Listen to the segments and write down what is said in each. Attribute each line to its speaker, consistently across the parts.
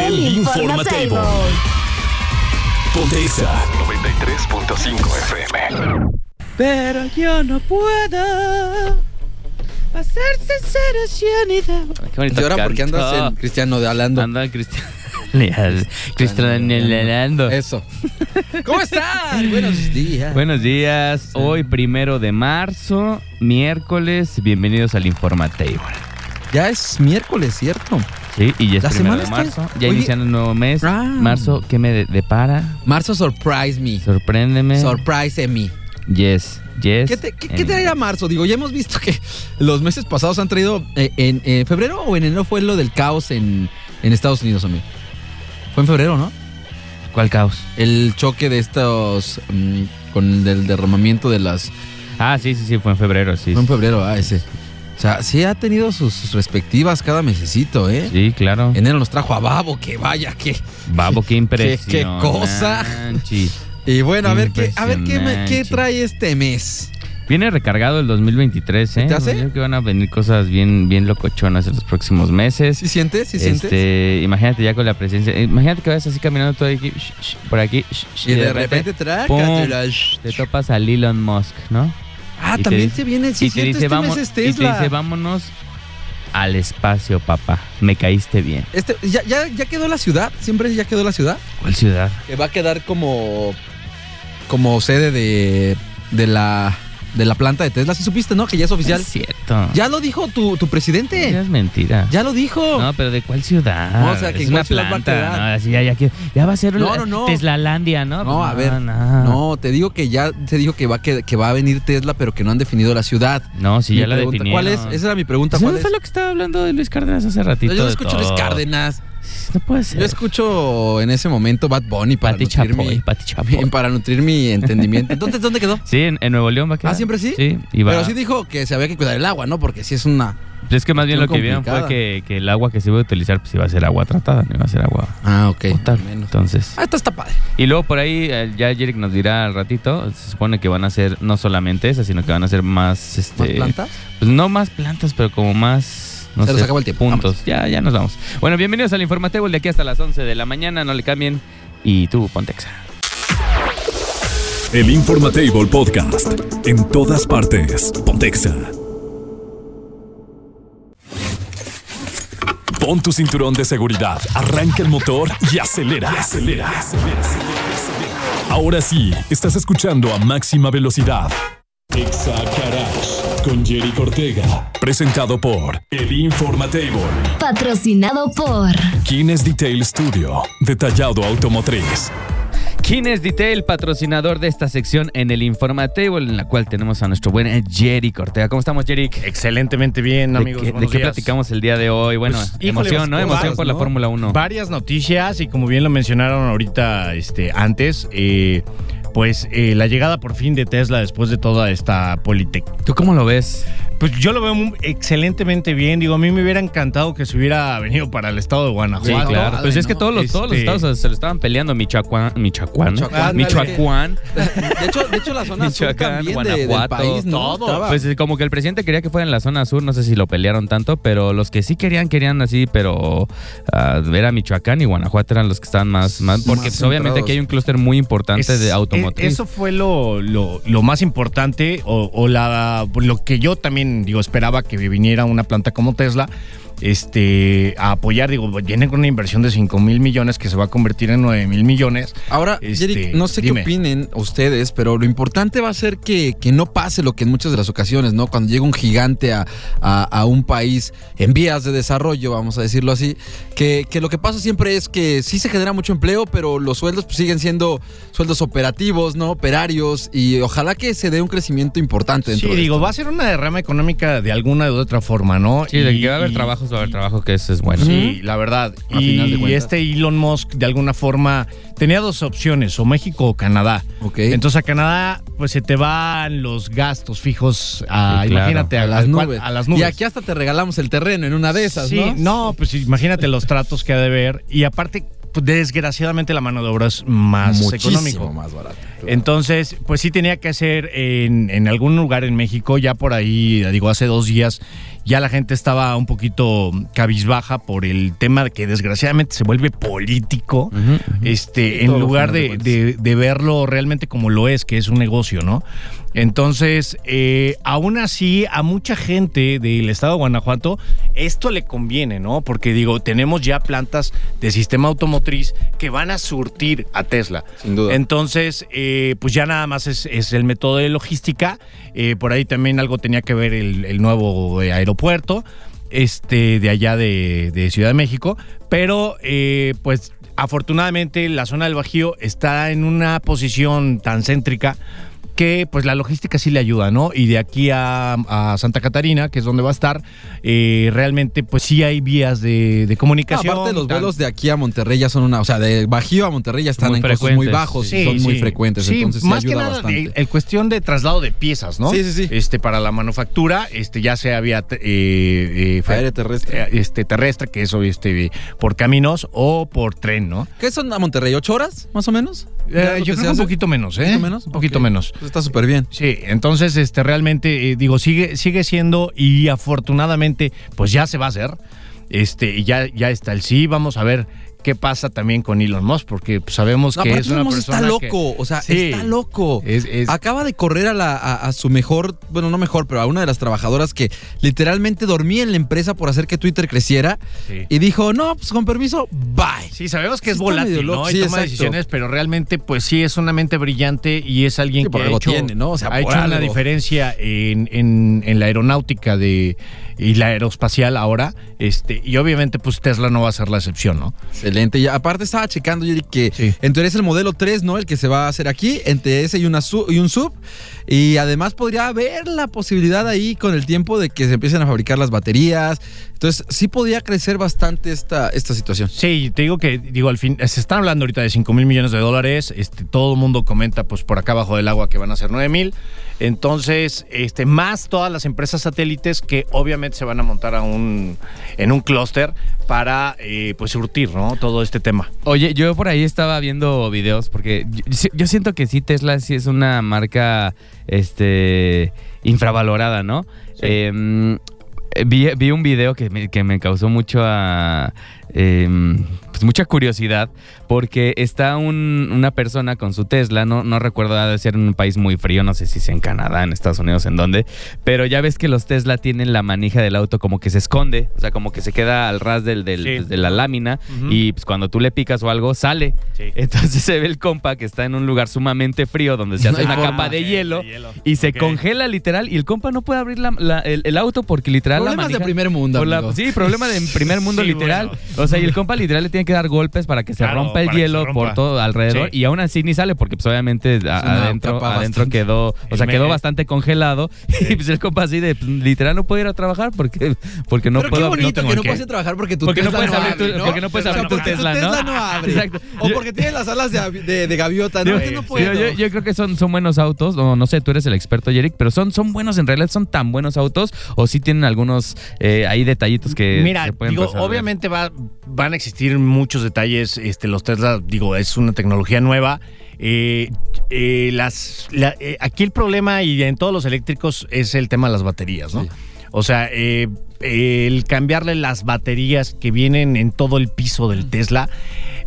Speaker 1: El Informatable. Ponte Exa 93.5 FM.
Speaker 2: Pero yo no puedo pasar sincera Yanida.
Speaker 3: Qué bonito
Speaker 4: ¿Y ahora por qué
Speaker 3: canto.
Speaker 4: andas en Cristiano de hablando?
Speaker 3: Anda Cristian. Leal- Cristian Lealando.
Speaker 4: Eso. ¿Cómo están? Buenos días.
Speaker 3: Buenos días. Hoy primero de marzo, miércoles. Bienvenidos al Informatable.
Speaker 4: Ya es miércoles, ¿cierto?
Speaker 3: Sí, y ya es
Speaker 4: ¿La
Speaker 3: primero
Speaker 4: semana
Speaker 3: de
Speaker 4: está-
Speaker 3: marzo. Ya
Speaker 4: Oye.
Speaker 3: iniciando el nuevo mes.
Speaker 4: Ah.
Speaker 3: Marzo, ¿qué me de- depara?
Speaker 4: Marzo surprise me.
Speaker 3: Sorpréndeme.
Speaker 4: Surprise me.
Speaker 3: yes, yes.
Speaker 4: ¿Qué te, qué, qué traerá marzo? Digo, ya hemos visto que los meses pasados han traído. eh, en eh, febrero o en enero fue lo del caos en, en Estados Unidos, amigo. Fue en febrero, ¿no?
Speaker 3: ¿Cuál caos?
Speaker 4: El choque de estos. mm, con el del derramamiento de las.
Speaker 3: Ah, sí, sí, sí, fue en febrero, sí.
Speaker 4: Fue en febrero, ah, ese. O sea, sí ha tenido sus, sus respectivas cada mesecito, ¿eh?
Speaker 3: Sí, claro.
Speaker 4: Enero nos trajo a Babo, que vaya, que.
Speaker 3: Babo, qué impresión.
Speaker 4: cosa? Y bueno, a ver qué, a ver qué, me- qué
Speaker 3: Impresionante.
Speaker 4: trae este mes.
Speaker 3: Viene recargado el 2023, ¿eh?
Speaker 4: te hace?
Speaker 3: Yo creo que van a venir cosas bien, bien locochonas en los próximos meses.
Speaker 4: ¿Sí sientes? ¿Sí
Speaker 3: este,
Speaker 4: sientes?
Speaker 3: Imagínate ya con la presencia. eh, Imagínate que vas así caminando todo aquí, sh- sh- por aquí, sh- sh,
Speaker 4: Y de repente traca,
Speaker 3: ¡pum!
Speaker 4: te la-
Speaker 3: te topas a Elon Musk, ¿no?
Speaker 4: Ah,
Speaker 3: y te
Speaker 4: también
Speaker 3: dice-
Speaker 4: se viene. Sí,
Speaker 3: y te dice,
Speaker 4: este
Speaker 3: vamos,
Speaker 4: mes es
Speaker 3: y te
Speaker 4: Tesla.
Speaker 3: dice, vámonos al espacio, papá. Me caíste bien.
Speaker 4: Este- ya, ya- ya quedó la ciudad. Siempre ya quedó la ciudad.
Speaker 3: ¿Cuál ciudad?
Speaker 4: Que va a quedar como. Como sede de. De la. De la planta de Tesla. Sí supiste, ¿no? Que Pues ya es
Speaker 3: No
Speaker 4: oficial.
Speaker 3: es cierto.
Speaker 4: Ya lo dijo tu, tu presidente.
Speaker 3: es mentira.
Speaker 4: Ya lo dijo.
Speaker 3: No, pero ¿de cuál ciudad?
Speaker 4: No, o sea, que
Speaker 3: es
Speaker 4: en
Speaker 3: una
Speaker 4: cuál ciudad va a
Speaker 3: planta.
Speaker 4: quedar.
Speaker 3: ¿no? Así ya, ya, que- ya va a ser
Speaker 4: No,
Speaker 3: la-
Speaker 4: no, no.
Speaker 3: Teslalandia, ¿no?
Speaker 4: No,
Speaker 3: Pues
Speaker 4: a ver,
Speaker 3: No,
Speaker 4: No, te digo que ya se dijo que va, a qued- que va a venir Tesla, pero que no han definido la ciudad.
Speaker 3: No, si
Speaker 4: Mi
Speaker 3: ya la
Speaker 4: pregunta-
Speaker 3: definieron.
Speaker 4: ¿Cuál es? Esa era mi pregunta.
Speaker 3: Eso
Speaker 4: ¿Cuál
Speaker 3: no
Speaker 4: es?
Speaker 3: fue lo que estaba hablando de Luis Cárdenas hace ratito.
Speaker 4: No, yo no
Speaker 3: de
Speaker 4: escucho
Speaker 3: todo.
Speaker 4: Luis Cárdenas.
Speaker 3: No puede ser.
Speaker 4: Yo escucho en ese momento Bad Bunny para,
Speaker 3: Pati
Speaker 4: nutrir,
Speaker 3: Chapoy,
Speaker 4: mi,
Speaker 3: Pati Chapoy.
Speaker 4: para nutrir mi entendimiento. Entonces, ¿dónde quedó?
Speaker 3: Sí, en, en Nuevo León va a quedar.
Speaker 4: Ah, ¿siempre sí?
Speaker 3: Sí, y va.
Speaker 4: Pero sí dijo que se había que cuidar el agua, ¿no? Porque sí es una...
Speaker 3: Pues es que más bien lo que
Speaker 4: cuestión
Speaker 3: vieron fue
Speaker 4: complicada.
Speaker 3: que, que el agua que se iba a utilizar pues iba a ser agua tratada, no iba a ser agua
Speaker 4: Ah, ok.
Speaker 3: potable.
Speaker 4: Menos.
Speaker 3: Entonces,
Speaker 4: Ah, esto está padre.
Speaker 3: y luego por ahí eh, ya Jerick nos dirá al ratito, se supone que van a ser no solamente esas, sino que van a ser más este
Speaker 4: ¿Más plantas?
Speaker 3: Pues no más plantas, pero como más. No
Speaker 4: Se nos
Speaker 3: sé,
Speaker 4: acabó el tiempo.
Speaker 3: Puntos. Ya, ya nos vamos. Bueno, bienvenidos al Informatable de aquí hasta las 11 de la mañana. No le cambien. Y tú, Pontexa.
Speaker 1: El Informatable Podcast en todas partes. Pontexa. Pon tu cinturón de seguridad, arranca el motor y acelera. acelera. Ahora sí, estás escuchando a máxima velocidad. Exa Garage con Jerry Cortega. Presentado por El Informatable.
Speaker 5: Patrocinado por
Speaker 1: Kines Detail Studio. Detallado automotriz.
Speaker 3: Kines Detail, patrocinador de esta sección en el Informatable, en la cual tenemos a nuestro buen Jerry Cortega. ¿cómo estamos, Jerry?
Speaker 6: Excelentemente bien, amigos.
Speaker 3: ¿De qué,
Speaker 6: buenos
Speaker 3: de qué
Speaker 6: días.
Speaker 3: platicamos el día de hoy? Bueno,
Speaker 6: Pues, híjole,
Speaker 3: emoción,
Speaker 6: pues,
Speaker 3: ¿no?
Speaker 6: cosas,
Speaker 3: Emoción por la
Speaker 6: ¿no?
Speaker 3: Fórmula 1.
Speaker 6: Varias noticias y como bien lo mencionaron ahorita este, antes, eh, pues eh, la llegada por fin de Tesla después de toda esta Politec.
Speaker 3: ¿Tú cómo lo ves?
Speaker 6: Pues yo lo veo muy- excelentemente bien. Digo, a mí me hubiera encantado que se hubiera venido para el estado de
Speaker 3: Sí,
Speaker 6: Guanajuato.
Speaker 4: Guau,
Speaker 3: claro.
Speaker 4: padre,
Speaker 3: pues es que
Speaker 4: ¿no?
Speaker 3: todos los, todos los
Speaker 6: Este-
Speaker 3: estados se lo estaban peleando. Michoacán, Michoacán, ¿eh?
Speaker 4: Michoacán,
Speaker 3: Michoacán.
Speaker 4: De hecho, de hecho la zona sur
Speaker 3: Michoacán,
Speaker 4: también de- del
Speaker 3: Guanajuato,
Speaker 4: país, ¿no?
Speaker 6: todo.
Speaker 4: Estaba-
Speaker 3: Pues eh, como que el presidente quería que fuera en la zona sur, no sé si lo pelearon tanto, pero los que sí querían, querían así, pero ah, era Michoacán y Guanajuato eran los que estaban más, más
Speaker 4: Más
Speaker 3: porque pues, obviamente
Speaker 4: centrados.
Speaker 3: aquí hay un clúster muy importante
Speaker 6: Es-
Speaker 3: de automotriz.
Speaker 6: e- Eso fue lo, lo- lo más importante o, o la, lo que yo también digo esperaba que viniera una planta como Tesla. este, a apoyar. Digo, vienen con una inversión de 5 mil millones que se va a convertir en 9 mil millones.
Speaker 4: Ahora,
Speaker 6: Este,
Speaker 4: Yerick, no sé
Speaker 6: dime.
Speaker 4: qué opinen ustedes, pero lo importante va a ser que, que no pase lo que en muchas de las ocasiones, ¿no? Cuando llega un gigante a, a- a un país en vías de desarrollo, vamos a decirlo así, que, que lo que pasa siempre es que sí se genera mucho empleo, pero los sueldos pues, siguen siendo sueldos operativos, ¿no? Operarios, y ojalá que se dé un crecimiento importante dentro
Speaker 6: Sí,
Speaker 4: de
Speaker 6: digo, va a ser una derrama económica de alguna u otra forma, ¿no?
Speaker 3: Sí, de
Speaker 6: Y-
Speaker 3: que va a haber
Speaker 6: y-
Speaker 3: trabajos, va a haber trabajo, que eso es bueno.
Speaker 6: Sí, la verdad.
Speaker 4: A
Speaker 6: y,
Speaker 4: final de
Speaker 6: y
Speaker 4: cuentas.
Speaker 6: este Elon Musk, de alguna forma, tenía dos opciones, o México o Canadá.
Speaker 4: Ok.
Speaker 6: Entonces a Canadá, pues se te van los gastos fijos a,
Speaker 3: Sí, claro.
Speaker 6: imagínate, a,
Speaker 4: a las,
Speaker 6: al cual-
Speaker 4: nubes.
Speaker 6: a las nubes.
Speaker 4: Y aquí hasta te regalamos el terreno en una de esas,
Speaker 6: sí,
Speaker 4: ¿no?
Speaker 6: pues imagínate los tratos que ha de ver. Y aparte, pues, desgraciadamente la mano de obra es más
Speaker 4: Muchísimo
Speaker 6: económico.
Speaker 4: más barato. claro.
Speaker 6: Entonces, pues sí tenía que hacer en, en algún lugar en México, ya por ahí, digo, hace dos días, ya la gente estaba un poquito cabizbaja por el tema de que desgraciadamente se vuelve político, este, en
Speaker 4: Todo,
Speaker 6: lugar
Speaker 4: al final de
Speaker 6: de, de- de verlo realmente como lo es, que es un negocio, ¿no? Entonces, eh, aún así, a mucha gente del estado de Guanajuato, esto le conviene, ¿no? Porque digo, tenemos ya plantas de sistema automotriz que van a surtir a Tesla.
Speaker 4: Sin duda.
Speaker 6: Entonces, eh, pues ya nada más es, es el método de logística. Eh, por ahí también algo tenía que ver el, el nuevo eh, aeropuerto este, de allá de, de Ciudad de México. Pero, eh, pues afortunadamente, la zona del Bajío está en una posición tan céntrica que pues la logística sí le ayuda, ¿no? Y de aquí a, a Santa Catarina, que es donde va a estar, eh, realmente pues sí hay vías de, de comunicación.
Speaker 4: Aparte, los
Speaker 6: tan-
Speaker 4: vuelos de aquí a Monterrey ya son una. O sea, de Bajío a Monterrey ya están
Speaker 3: Muy
Speaker 4: en costos muy
Speaker 3: frecuentes,
Speaker 4: bajos
Speaker 6: Sí,
Speaker 4: y son muy
Speaker 6: sí.
Speaker 4: frecuentes.
Speaker 6: Sí,
Speaker 4: entonces, sí
Speaker 6: más
Speaker 4: ayuda
Speaker 6: que nada,
Speaker 4: bastante.
Speaker 6: de- el cuestión de traslado de piezas, ¿no?
Speaker 4: Sí, sí, sí.
Speaker 6: Este, para la manufactura, este, ya sea vía te- eh, eh, fe-
Speaker 4: Aéreo terrestre.
Speaker 6: eh, este, terrestre, que eso este, por caminos o por tren, ¿no?
Speaker 4: ¿Qué son a Monterrey? ¿Ocho horas, más o menos?
Speaker 6: Eh,
Speaker 4: ¿Ya
Speaker 6: yo
Speaker 4: lo se
Speaker 6: creo que un
Speaker 4: hace?
Speaker 6: poquito menos, ¿eh?
Speaker 4: ¿Un poquito menos?
Speaker 6: Un poquito
Speaker 4: Ok.
Speaker 6: menos.
Speaker 4: Pues está súper bien.
Speaker 6: Sí, entonces este realmente eh, digo sigue sigue siendo y afortunadamente pues ya se va a hacer. Este y ya ya está el sí, vamos a ver qué pasa también con Elon Musk porque pues, sabemos
Speaker 4: No,
Speaker 6: que
Speaker 4: aparte,
Speaker 6: es una
Speaker 4: Elon Musk
Speaker 6: persona
Speaker 4: está
Speaker 6: que-
Speaker 4: loco. O sea,
Speaker 6: Sí.
Speaker 4: está loco. Ah,
Speaker 6: Es- es-
Speaker 4: Acaba de correr a, la, a, a su mejor, bueno, no mejor, pero a una de las trabajadoras que literalmente dormía en la empresa por hacer que Twitter creciera.
Speaker 6: Sí.
Speaker 4: Y dijo, no, pues con permiso, bye.
Speaker 6: Sí, sabemos que
Speaker 4: Sí
Speaker 6: es
Speaker 4: está
Speaker 6: volátil,
Speaker 4: medio
Speaker 6: ¿no?
Speaker 4: loco,
Speaker 6: Y
Speaker 4: sí,
Speaker 6: toma
Speaker 4: exacto.
Speaker 6: decisiones, pero realmente, pues sí, es una mente brillante y es alguien
Speaker 4: Sí,
Speaker 6: que
Speaker 4: por
Speaker 6: ha
Speaker 4: algo
Speaker 6: hecho,
Speaker 4: tiene, ¿no? O sea,
Speaker 6: ha
Speaker 4: por
Speaker 6: hecho una
Speaker 4: algo.
Speaker 6: diferencia en, en- en la aeronáutica de, y la aeroespacial ahora. Este, y obviamente, pues Tesla no va a ser la excepción, ¿no?
Speaker 4: Excelente. Y aparte estaba checando, Jerry, que
Speaker 6: Sí.
Speaker 4: en teoría es el modelo 3, ¿no? El que se va a hacer aquí, entre ese y, una su- y un sub. Y además podría haber la posibilidad ahí con el tiempo de que se empiecen a fabricar las baterías. Entonces, sí podía crecer bastante esta, esta situación.
Speaker 6: Sí, te digo que, digo, al fin, se están hablando ahorita de 5 mil millones de dólares. Este, todo el mundo comenta, pues por acá abajo del agua, que van a ser 9 mil. Entonces, este, más todas las empresas satélites que obviamente se van a montar a un, en un clúster para, eh, pues, surtir, ¿no? Todo este tema.
Speaker 3: Oye, yo por ahí estaba viendo videos porque yo, sí- yo siento que sí, Tesla sí es una marca este infravalorada, ¿no? Em, vi, vi un video que me, que me causó mucho ah, em, pues, mucha curiosidad porque está un- una persona con su Tesla, no, no recuerdo, ha de ser en un país muy frío, no sé si es en Canadá, en Estados Unidos, en dónde, pero ya ves que los Tesla tienen la manija del auto como que se esconde, o sea, como que se queda al ras del, del-
Speaker 6: Sí.
Speaker 3: pues, de la lámina
Speaker 6: Ujú.
Speaker 3: y pues, cuando tú le picas o algo sale.
Speaker 6: Sí.
Speaker 3: Entonces se ve el compa que está en un lugar sumamente frío donde se hace
Speaker 4: No hay
Speaker 3: una
Speaker 4: forma.
Speaker 3: capa Ah, de hielo y se congela literal y el compa no puede abrir la- la- el, el auto porque literal la
Speaker 4: Problemas de
Speaker 3: manija-
Speaker 4: primer mundo,
Speaker 3: o la-
Speaker 4: amigo.
Speaker 3: sí, problema de primer mundo
Speaker 6: Sí,
Speaker 3: literal.
Speaker 6: bueno.
Speaker 3: O sea, y el compa literal le tiene que dar golpes para que se
Speaker 6: Claro,
Speaker 3: rompa el
Speaker 6: para que se
Speaker 3: hielo
Speaker 6: rompa.
Speaker 3: por todo alrededor
Speaker 6: Sí.
Speaker 3: y aún así ni sale porque pues obviamente a-
Speaker 4: una
Speaker 3: adentro,
Speaker 4: capa
Speaker 3: adentro
Speaker 4: bastante-
Speaker 3: quedó, o
Speaker 6: El
Speaker 3: sea, quedó
Speaker 6: me-
Speaker 3: bastante congelado y pues el compa así de pues, literal no puede ir a trabajar porque porque no
Speaker 4: Pero
Speaker 3: puedo
Speaker 4: qué
Speaker 3: abrir-
Speaker 4: bonito
Speaker 6: tengo
Speaker 4: que no
Speaker 6: que-
Speaker 4: puedes ir a trabajar porque tu
Speaker 3: Porque no
Speaker 4: Tesla
Speaker 3: puedes abrir tu-
Speaker 4: abre, ¿no?
Speaker 3: porque no puedes
Speaker 4: O sea,
Speaker 3: abrir tu
Speaker 4: porque
Speaker 3: Tesla, ¿no?
Speaker 4: abre.
Speaker 3: Exacto.
Speaker 4: O
Speaker 3: Yo-
Speaker 4: porque tienes las alas de, avi- de- de gaviota, ¿no?
Speaker 3: Digo,
Speaker 4: Que no
Speaker 3: sí,
Speaker 4: puedo.
Speaker 3: yo, yo creo que son, son buenos autos, o no sé, tú eres el experto, Yerick, pero son, son buenos, en realidad son tan buenos autos, o sí tienen algunos eh, ahí detallitos que
Speaker 6: Mira,
Speaker 3: se pueden
Speaker 6: digo,
Speaker 3: resolver?
Speaker 6: obviamente va- van a existir muchos detalles. Este, los Tesla, digo, es una tecnología nueva. Eh, eh, las, la- eh, aquí el problema, y en todos los eléctricos, es el tema de las baterías, ¿no?
Speaker 4: Sí.
Speaker 6: O sea, eh, el cambiarle las baterías que vienen en todo el piso del Tesla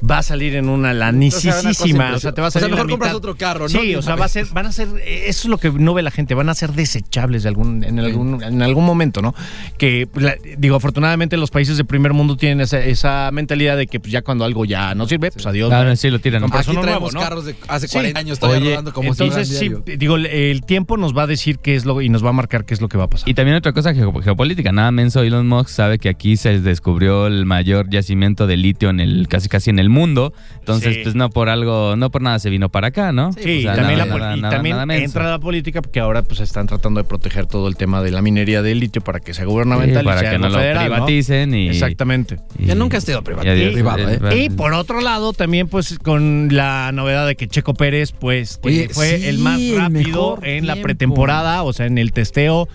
Speaker 6: va a salir en una
Speaker 4: O sea, una
Speaker 6: lanicisísima.
Speaker 4: cosa
Speaker 6: O sea, te va a salir
Speaker 4: impresionante. O sea, mejor
Speaker 6: la mitad.
Speaker 4: compras otro carro, ¿no?
Speaker 6: Sí, o sea, va a ser, van a ser, eh, eso es lo que no ve la gente, van a ser desechables de algún, en, algún, en algún momento, ¿no? Que, la- digo, afortunadamente los países de primer mundo tienen esa, esa mentalidad de que pues, ya cuando algo ya no sirve, pues adiós.
Speaker 3: Ah, no, sí, lo tiran.
Speaker 6: Compras
Speaker 4: Aquí
Speaker 6: uno
Speaker 4: traemos
Speaker 6: nuevo, ¿no?
Speaker 4: carros de hace
Speaker 6: Sí.
Speaker 4: 40 años todavía
Speaker 3: Oye,
Speaker 4: rodando como si
Speaker 6: Entonces,
Speaker 4: fueran
Speaker 6: sí,
Speaker 4: diario.
Speaker 6: digo, el tiempo nos va a decir qué es lo y nos va a marcar qué es lo que va a pasar.
Speaker 3: Ah, Y también otra cosa geo- geopolítica, nada menso Elon Musk sabe que aquí se descubrió el mayor yacimiento de litio en el casi casi en el mundo, entonces
Speaker 6: Sí.
Speaker 3: pues no por algo, no por nada se vino para acá, ¿no?
Speaker 6: Sí, y también, la, pol- y también entra la política porque ahora pues están tratando de proteger todo el tema de la minería de litio para que sea gubernamental y
Speaker 3: para
Speaker 6: sea
Speaker 3: que
Speaker 6: algo
Speaker 3: no lo
Speaker 6: federal, ¿no?
Speaker 3: privaticen y
Speaker 6: Exactamente.
Speaker 3: y-
Speaker 4: Que nunca ha sido privat-
Speaker 3: y adiós.
Speaker 4: privado, ¿eh?
Speaker 6: Y por otro lado, también pues con la novedad de que Checo Pérez pues
Speaker 4: Oye,
Speaker 6: eh, fue
Speaker 4: sí,
Speaker 6: el más
Speaker 4: el
Speaker 6: rápido
Speaker 4: mejor
Speaker 6: en la
Speaker 4: tiempo.
Speaker 6: pretemporada, o sea, en el testeo,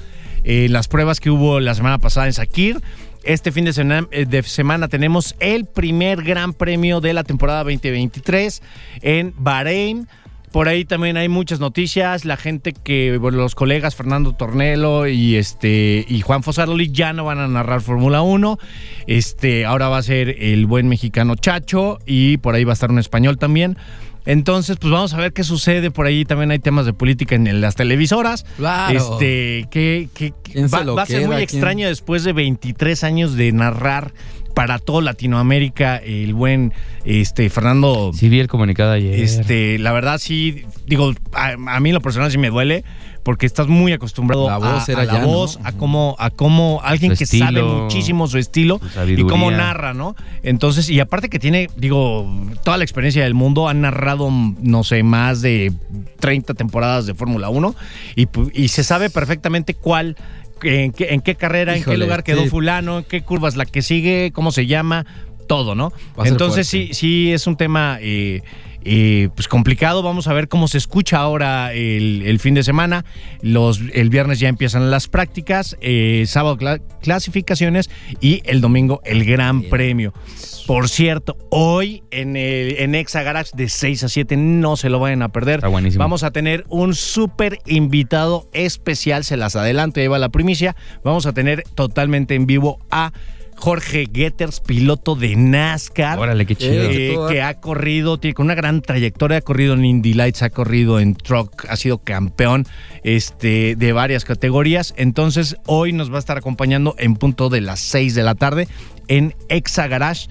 Speaker 6: eh, las pruebas que hubo la semana pasada en Sakir. Este fin de semana, eh, de semana tenemos el primer gran premio de la temporada 2023 en Bahrein. Por ahí también hay muchas noticias. La gente que, bueno, los colegas Fernando Tornelo y este y Juan Fosaroli ya no van a narrar Fórmula 1. Este, ahora va a ser el buen mexicano Chacho y por ahí va a estar un español también. Entonces, pues vamos a ver qué sucede. Por ahí también hay temas de política en las televisoras.
Speaker 4: Claro.
Speaker 6: Este, que, que- que
Speaker 4: ¿Quién se
Speaker 6: va,
Speaker 4: lo
Speaker 6: va a ser muy
Speaker 4: queda? ¿Quién?
Speaker 6: extraño después de 23 años de narrar para todo Latinoamérica el buen este Fernando
Speaker 3: Sí vi el comunicado ayer.
Speaker 6: este, la verdad sí, digo, a, a mí en lo personal sí me duele porque estás muy acostumbrado
Speaker 4: La voz
Speaker 6: a,
Speaker 4: era
Speaker 6: a la
Speaker 4: ya, ¿no?
Speaker 6: voz, a cómo, a cómo alguien
Speaker 3: Su
Speaker 6: que sabe
Speaker 3: estilo,
Speaker 6: muchísimo su estilo
Speaker 3: su
Speaker 6: y
Speaker 3: sabiduría.
Speaker 6: cómo narra, ¿no? Entonces, y aparte que tiene, digo, toda la experiencia del mundo, ha narrado, no sé, más de 30 temporadas de Fórmula 1 y, pu- y se sabe perfectamente cuál. En qué, en qué carrera, en
Speaker 4: Híjole,
Speaker 6: qué lugar quedó
Speaker 4: sí.
Speaker 6: fulano, en qué curvas la que sigue, cómo se llama, todo, ¿no?
Speaker 4: Va a ser
Speaker 6: Entonces sí,
Speaker 4: fuerte.
Speaker 6: sí es un tema eh, eh, pues complicado. Vamos a ver cómo se escucha ahora el, el fin de semana. Los, el viernes ya empiezan las prácticas, eh, sábado cla- clasificaciones y el domingo el Gran Premio. Por cierto, hoy en, el, en Exa Garage de 6 a 7 no se lo vayan a perder.
Speaker 3: Está buenísimo.
Speaker 6: Vamos a tener un súper invitado especial, se las adelanto, lleva la primicia. Vamos a tener totalmente en vivo a Jorge Getters, piloto de NASCAR.
Speaker 3: Órale, qué chido.
Speaker 6: Eh,
Speaker 4: Eh, todo
Speaker 6: que ha corrido, tiene con una gran trayectoria, ha corrido en Indy Lights, ha corrido en Truck, ha sido campeón este, de varias categorías. Entonces, hoy nos va a estar acompañando en punto de las 6 de la tarde en Exa Garage,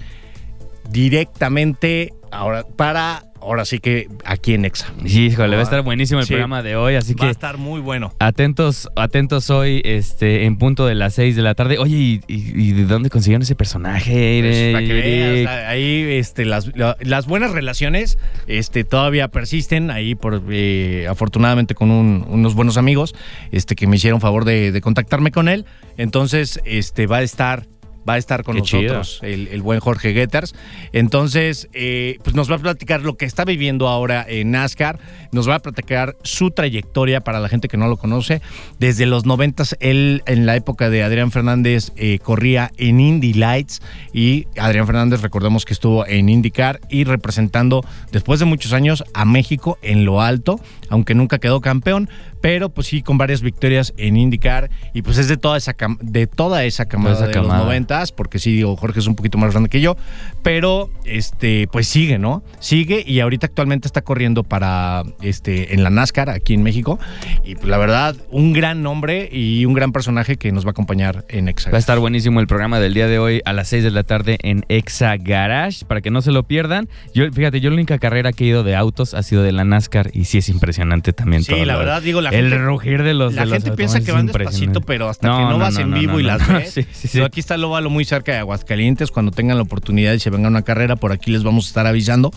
Speaker 6: directamente ahora para, ahora sí que aquí en Exa.
Speaker 3: Sí, híjole, va a estar buenísimo el
Speaker 6: Ah, Sí.
Speaker 3: programa de hoy, así
Speaker 6: Va a
Speaker 3: que
Speaker 6: estar muy bueno.
Speaker 3: atentos, atentos hoy, este, en punto de las 6 de la tarde. Oye, ¿y, y- y de dónde consiguieron ese personaje?
Speaker 6: Pues, para que
Speaker 3: Eric?
Speaker 6: veas, ahí este, las, la- las buenas relaciones este, todavía persisten, ahí por, eh, afortunadamente con un- unos buenos amigos este, que me hicieron favor de, de contactarme con él. Entonces este, va a estar... Va a estar con
Speaker 3: Qué chido.
Speaker 6: nosotros el, el buen Jorge Getters. Entonces, eh, pues nos va a platicar lo que está viviendo ahora en NASCAR. Nos va a platicar su trayectoria para la gente que no lo conoce. Desde los 90 él en la época de Adrián Fernández eh, corría en Indy Lights y Adrián Fernández recordemos que estuvo en IndyCar y representando después de muchos años a México en lo alto, aunque nunca quedó campeón, pero pues sí con varias victorias en IndyCar y pues es de toda esa cam- de toda esa camada
Speaker 3: esa
Speaker 6: de
Speaker 3: camada.
Speaker 6: los 90 porque sí digo Jorge es un poquito más grande que yo, pero este pues sigue, ¿no? Sigue y ahorita actualmente está corriendo para este en la NASCAR aquí en México y pues, la verdad un gran nombre y un gran personaje que nos va a acompañar en Exa.
Speaker 3: Va a estar buenísimo el programa del día de hoy a las 6 de la tarde en Exa Garage, para que no se lo pierdan. Yo, fíjate, yo la única carrera que he ido de autos ha sido de la NASCAR y sí es impresionante también
Speaker 6: Sí,
Speaker 3: todo
Speaker 6: la
Speaker 3: lo-
Speaker 6: verdad, digo, la
Speaker 3: el
Speaker 6: gente-
Speaker 3: rugir de los
Speaker 6: La
Speaker 3: de los
Speaker 6: gente piensa
Speaker 3: automóviles
Speaker 6: que
Speaker 3: es
Speaker 6: van
Speaker 3: impresionante.
Speaker 6: despacito, pero hasta que no vas en vivo y
Speaker 3: no,
Speaker 6: las
Speaker 3: no.
Speaker 6: ves.
Speaker 3: Sí, sí, sí.
Speaker 6: Yo aquí está el óvalo muy cerca de Aguascalientes. Cuando tengan la oportunidad y se venga una carrera, por aquí les vamos a estar avisando.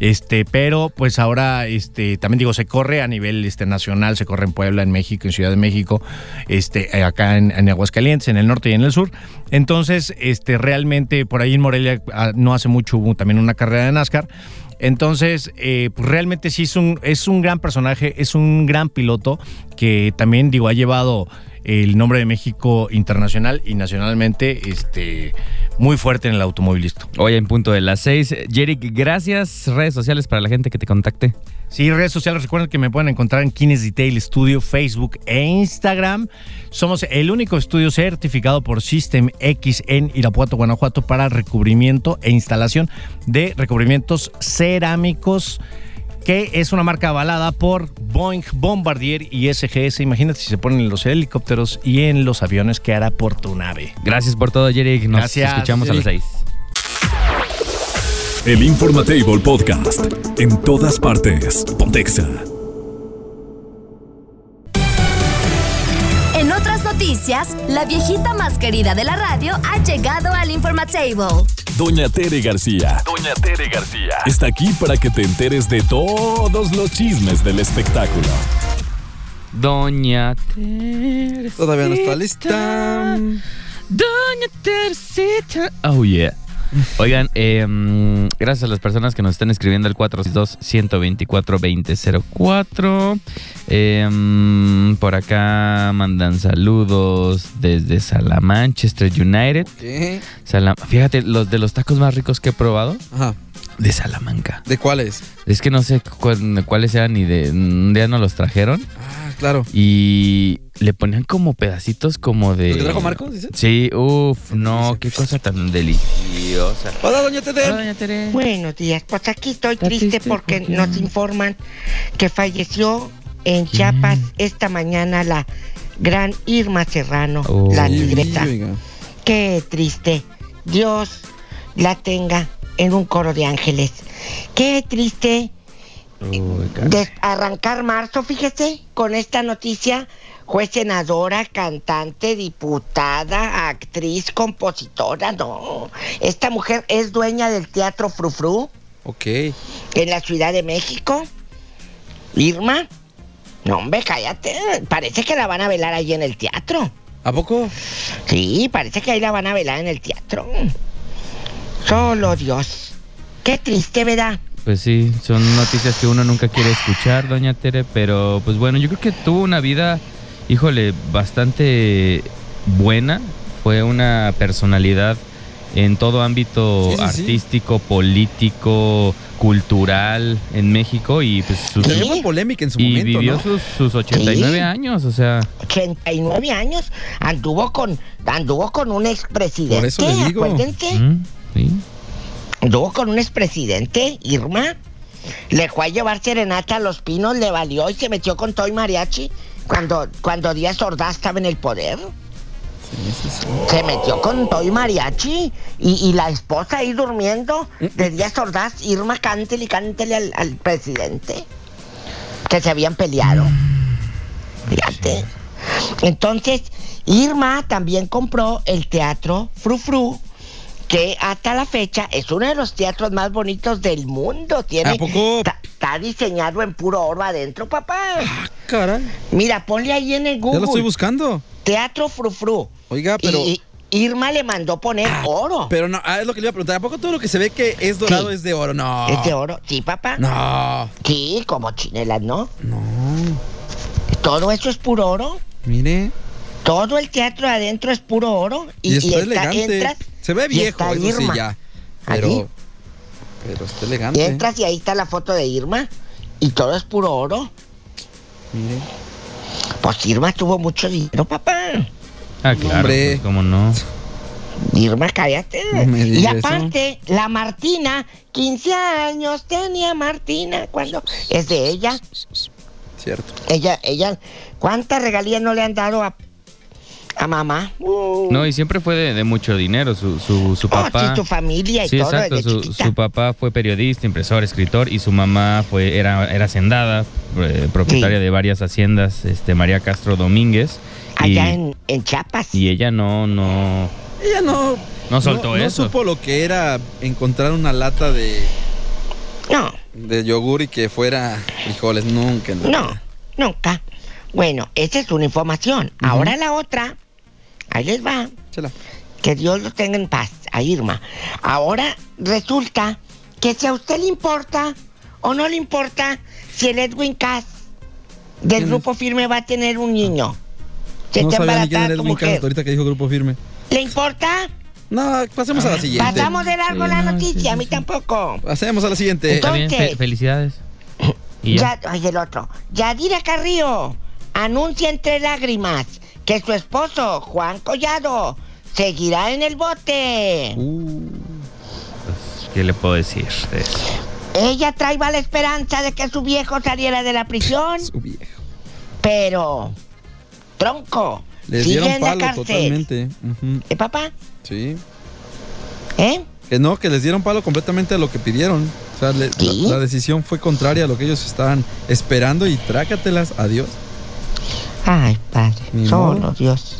Speaker 6: Este, pero pues ahora, este, también digo, se corre a nivel este, nacional, se corre en Puebla, en México, en Ciudad de México, este, eh, acá en, en Aguascalientes, en el norte y en el sur. Entonces, este, realmente por ahí en Morelia ah, no hace mucho hubo también una carrera de NASCAR. Entonces, eh, pues realmente sí es un, es un gran personaje, es un gran piloto que también, digo, ha llevado el nombre de México internacional y nacionalmente este, muy fuerte en el automovilismo.
Speaker 3: Hoy en punto de las 6. Jerick, gracias. Redes sociales para la gente que te contacte.
Speaker 6: Sí, redes sociales, recuerden que me pueden encontrar en Kines Detail Studio, Facebook e Instagram. Somos el único estudio certificado por System X en Irapuato, Guanajuato, para recubrimiento e instalación de recubrimientos cerámicos, que es una marca avalada por Boeing, Bombardier y SGS. Imagínate si se ponen en los helicópteros y en los aviones que hará por tu nave.
Speaker 3: Gracias por todo, Jerick. Nos
Speaker 6: Gracias,
Speaker 3: escuchamos a las 6.
Speaker 1: El Informatable Podcast. En todas partes. Pontexa.
Speaker 5: En otras noticias, la viejita más querida de la radio ha llegado al Informatable.
Speaker 1: Doña Tere García. Doña Tere García. Está aquí para que te enteres de todos los chismes del espectáculo.
Speaker 3: Doña.
Speaker 4: Todavía no está lista.
Speaker 2: Doña Tercita.
Speaker 3: Oh, yeah. Oigan, eh, mm, gracias a las personas que nos están escribiendo al 462-124-2004. Eh, mm, por acá mandan saludos desde Salamanchester United.
Speaker 4: ¿Qué?
Speaker 3: Salam- Fíjate, los de los tacos más ricos que he probado,
Speaker 4: Ajá.
Speaker 3: de Salamanca.
Speaker 4: ¿De cuáles?
Speaker 3: Es que no sé cu- cuáles eran y de un día no los trajeron.
Speaker 4: Ah, claro.
Speaker 3: Y le ponían como pedacitos como de...
Speaker 4: ¿Lo que trajo Marcos, dices?
Speaker 3: Sí, uff, no, qué cosa tan deliciosa.
Speaker 4: Hola, doña Tete.
Speaker 3: Hola, doña Tere.
Speaker 7: Buenos días, pues aquí estoy
Speaker 3: Está
Speaker 7: triste,
Speaker 3: triste
Speaker 7: porque,
Speaker 3: porque-
Speaker 7: nos informan que falleció en
Speaker 3: ¿Quién?
Speaker 7: Chiapas esta mañana la gran Irma Serrano,
Speaker 3: Oh.
Speaker 7: la
Speaker 3: Sí,
Speaker 7: tigresa.
Speaker 4: oiga.
Speaker 7: Qué triste. Dios la tenga en un coro de ángeles. Qué triste
Speaker 3: Uy, ca-
Speaker 7: des- arrancar marzo, fíjese, con esta noticia. Fue senadora, cantante, diputada, actriz, compositora, no. Esta mujer es dueña del Teatro Frufru
Speaker 4: Ok.
Speaker 7: en la Ciudad de México. Irma, no hombre, cállate. Parece que la van a velar ahí en el teatro.
Speaker 4: ¿A poco?
Speaker 7: Sí, parece que ahí la van a velar en el teatro. Solo Dios. Qué triste, ¿verdad?
Speaker 3: Pues sí, son noticias que uno nunca quiere escuchar, doña Tere, pero pues bueno, yo creo que tuvo una vida, híjole, bastante buena. Fue una personalidad en todo
Speaker 4: Sí,
Speaker 3: ámbito
Speaker 4: sí, sí.
Speaker 3: artístico, político, cultural en México y pues sus-
Speaker 4: Se llama polémica en su
Speaker 3: y
Speaker 4: momento,
Speaker 3: vivió
Speaker 4: ¿no?
Speaker 3: sus, sus 89
Speaker 7: Sí.
Speaker 3: años, o sea,
Speaker 7: 89 años anduvo con anduvo con un expresidente.
Speaker 4: Por eso les digo.
Speaker 7: Acuérdense.
Speaker 3: mm, sí.
Speaker 7: Anduvo con un expresidente, Irma. Le fue a llevar serenata a los pinos, le valió y se metió con Toy Mariachi cuando, cuando Díaz Ordaz estaba en el poder. Se metió con Toy Mariachi y, y la esposa ahí durmiendo
Speaker 4: Mm.
Speaker 7: de Díaz Ordaz, Irma, cántele y cántele al, al presidente. Que se habían peleado.
Speaker 4: Mm.
Speaker 7: Fíjate. Entonces, Irma también compró el teatro Fru Fru, que hasta la fecha es uno de los teatros más bonitos del mundo. Tiene,
Speaker 4: ¿A poco?
Speaker 7: Está, está diseñado en puro oro adentro, papá.
Speaker 4: Caray.
Speaker 7: Mira, ponle ahí en el
Speaker 4: Ah. Ya lo estoy
Speaker 7: Google.
Speaker 4: buscando.
Speaker 7: Teatro Fru Fru.
Speaker 4: Oiga, pero.
Speaker 7: Y, y Irma le mandó poner oro.
Speaker 4: Pero no, ah, es lo que le iba a preguntar. ¿A poco todo lo que se ve que es dorado
Speaker 7: Sí.
Speaker 4: es de oro? No.
Speaker 7: ¿Es de oro? Sí, papá.
Speaker 4: No.
Speaker 7: Sí, como chinelas, ¿no?
Speaker 4: No.
Speaker 7: Todo eso es puro oro.
Speaker 4: Mire.
Speaker 7: Todo el teatro de adentro es puro oro.
Speaker 4: Y, está
Speaker 7: está-
Speaker 4: elegante.
Speaker 7: entras,
Speaker 4: se ve
Speaker 7: y
Speaker 4: viejo,
Speaker 7: está
Speaker 4: eso sí,
Speaker 7: Irma.
Speaker 4: ya.
Speaker 7: Ahí.
Speaker 4: Pero. Pero está elegante.
Speaker 7: entras y ahí está la foto de Irma. Y todo es puro oro.
Speaker 4: Mire.
Speaker 7: Pues Irma tuvo mucho dinero, papá.
Speaker 3: Ah, claro,
Speaker 4: Hombre.
Speaker 3: pues, cómo no.
Speaker 7: Irma, cállate.
Speaker 4: No me
Speaker 7: y
Speaker 4: diga
Speaker 7: aparte, la Martina, 15 años tenía Martina cuando es de ella.
Speaker 4: Cierto.
Speaker 7: Ella, ella, ¿cuántas regalías no le han dado a, a mamá? Uh.
Speaker 3: No, y siempre fue de, de mucho dinero. Su, su, su
Speaker 7: Oh,
Speaker 3: papá.
Speaker 7: sí, tu familia y
Speaker 3: Sí,
Speaker 7: todo
Speaker 3: exacto.
Speaker 7: desde
Speaker 3: Su,
Speaker 7: chiquita.
Speaker 3: su papá fue periodista, impresor, escritor y su mamá fue era, era hacendada, eh, propietaria
Speaker 7: Sí.
Speaker 3: de varias haciendas, este María Castro Domínguez. Y,
Speaker 7: Allá en, en Chiapas.
Speaker 3: y ella no, no,
Speaker 4: Ella no.
Speaker 3: no soltó
Speaker 4: no
Speaker 3: eso.
Speaker 4: supo lo que era encontrar una lata de,
Speaker 7: No,
Speaker 4: de yogur y que fuera frijoles. Nunca. en la
Speaker 7: no,
Speaker 4: vida.
Speaker 7: nunca. Bueno, esa es una información. Ahora la otra, ahí les va.
Speaker 4: Chela.
Speaker 7: Que Dios lo tenga en paz, a Irma. Ahora resulta que si a usted le importa o no le importa si el Edwin Cass del
Speaker 4: ¿Quién
Speaker 7: grupo firme va a tener un niño. Se
Speaker 4: no
Speaker 7: te
Speaker 4: sabía ni quién
Speaker 7: embarazada
Speaker 4: era
Speaker 7: tu
Speaker 4: Edwin Cass
Speaker 7: mujer.
Speaker 4: hasta ahorita que dijo grupo firme.
Speaker 7: ¿Le importa?
Speaker 4: No, pasemos a la siguiente.
Speaker 7: Ah. Pasamos de largo
Speaker 3: Sí,
Speaker 7: la
Speaker 3: no,
Speaker 7: noticia,
Speaker 3: sí,
Speaker 7: a mí
Speaker 3: sí.
Speaker 7: tampoco.
Speaker 4: Pasemos a la siguiente.
Speaker 3: Está bien,
Speaker 7: Eh, Entonces-
Speaker 3: fe- felicidades. Y ya.
Speaker 7: Ya, ay, el otro. Yadira Carrillo anuncia entre lágrimas que su esposo, Juan Collado, seguirá en el bote.
Speaker 4: Uh,
Speaker 3: Pues, ¿Qué le puedo decir? de eso?
Speaker 7: Ella traía la esperanza de que su viejo saliera de la prisión,
Speaker 4: Su viejo.
Speaker 7: pero. Tronco.
Speaker 4: Les
Speaker 7: sigue
Speaker 4: dieron
Speaker 7: en la
Speaker 4: palo
Speaker 7: cárcel.
Speaker 4: totalmente. Ujú,
Speaker 7: ¿Eh, papá?
Speaker 4: Sí.
Speaker 7: ¿Eh?
Speaker 4: Que no, que les dieron palo completamente a lo que pidieron. O sea, le-
Speaker 7: Sí.
Speaker 4: la, la decisión fue contraria a lo que ellos estaban esperando y trácatelas, adiós.
Speaker 7: Ay, padre.
Speaker 4: Ni
Speaker 7: Solo
Speaker 4: modo.
Speaker 7: Dios.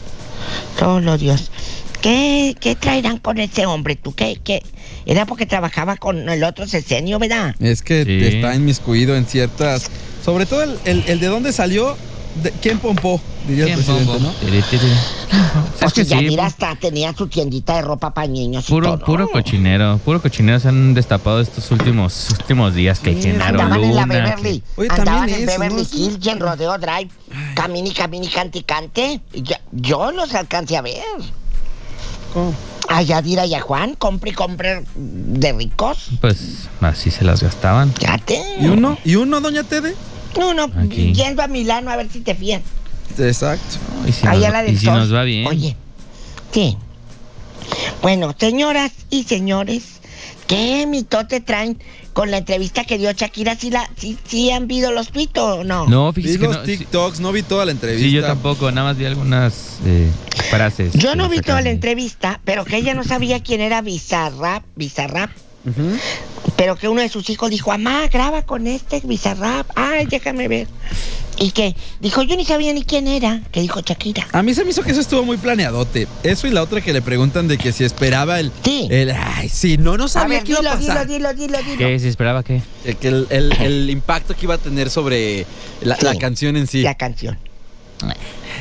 Speaker 7: Solo Dios. ¿Qué, ¿Qué traerán con ese hombre tú? ¿Qué, qué? Era porque trabajaba con el otro sesenio, ¿verdad?
Speaker 4: Es que
Speaker 3: Sí.
Speaker 4: está inmiscuido en ciertas. Sobre todo el, el- el de dónde salió, de- quién pompó, diría el
Speaker 3: Bien,
Speaker 4: presidente,
Speaker 3: Pombo.
Speaker 4: ¿no?
Speaker 3: Tiri, tiri.
Speaker 7: O
Speaker 3: Es que
Speaker 7: si
Speaker 3: sí, pues,
Speaker 7: Yadira hasta tenía su tiendita de ropa para niños y
Speaker 3: puro,
Speaker 7: todo.
Speaker 3: puro cochinero, puro cochinero se han destapado estos últimos últimos días que llenaron
Speaker 7: Andaban en la
Speaker 3: luna.
Speaker 7: Beverly.
Speaker 4: que- Oye,
Speaker 7: andaban
Speaker 4: también
Speaker 7: en
Speaker 4: eso,
Speaker 7: Beverly
Speaker 4: ¿no? Sí.
Speaker 7: Hills y en Rodeo Drive. Camine, camine, cante, y cante. Yo, yo los alcancé a ver.
Speaker 4: ¿Cómo?
Speaker 7: A Yadira y a Juan, compre y compre de ricos.
Speaker 3: Pues así se las gastaban.
Speaker 7: Fíjate.
Speaker 4: ¿Y uno? ¿Y uno, doña Tede?
Speaker 7: Uno,
Speaker 3: Aquí.
Speaker 7: yendo a Milano a ver si te fían.
Speaker 4: Exacto.
Speaker 3: Y si,
Speaker 7: Ahí a
Speaker 3: nos,
Speaker 7: la
Speaker 3: y
Speaker 7: del
Speaker 3: si
Speaker 7: sol.
Speaker 3: nos va bien.
Speaker 7: Oye, sí. Bueno, señoras y señores, ¿qué mitote traen con la entrevista que dio Shakira? ¿Sí, la, sí, sí han visto los tuitos o no?
Speaker 3: no,
Speaker 4: Vi
Speaker 3: fíjese que
Speaker 4: los
Speaker 3: no. sí-
Speaker 4: TikToks, no vi toda la entrevista.
Speaker 3: Sí, yo tampoco, nada más vi algunas eh, frases.
Speaker 7: Yo no vi
Speaker 3: que
Speaker 7: toda
Speaker 3: sacaron
Speaker 7: la
Speaker 3: ahí.
Speaker 7: entrevista, pero que ella no sabía quién era Bizarrap, Bizarrap,
Speaker 4: Ujú.
Speaker 7: pero que uno de sus hijos dijo, mamá, graba con este Bizarrap, ay, déjame ver. Y que dijo, yo ni sabía ni quién era, que dijo Shakira.
Speaker 4: A mí se me hizo que eso estuvo muy planeadote. Eso y la otra que le preguntan de que si esperaba el.
Speaker 7: Sí.
Speaker 4: el- ay, sí, no, no
Speaker 7: A
Speaker 4: sabía
Speaker 7: ver,
Speaker 4: qué iba a
Speaker 7: dilo, dilo,
Speaker 4: pasar.
Speaker 7: dilo, dilo, dilo.
Speaker 3: ¿Qué? ¿Se esperaba qué?
Speaker 4: Que- Que el, el- el impacto que iba a tener sobre la,
Speaker 7: Sí.
Speaker 4: la canción en sí.
Speaker 7: La canción.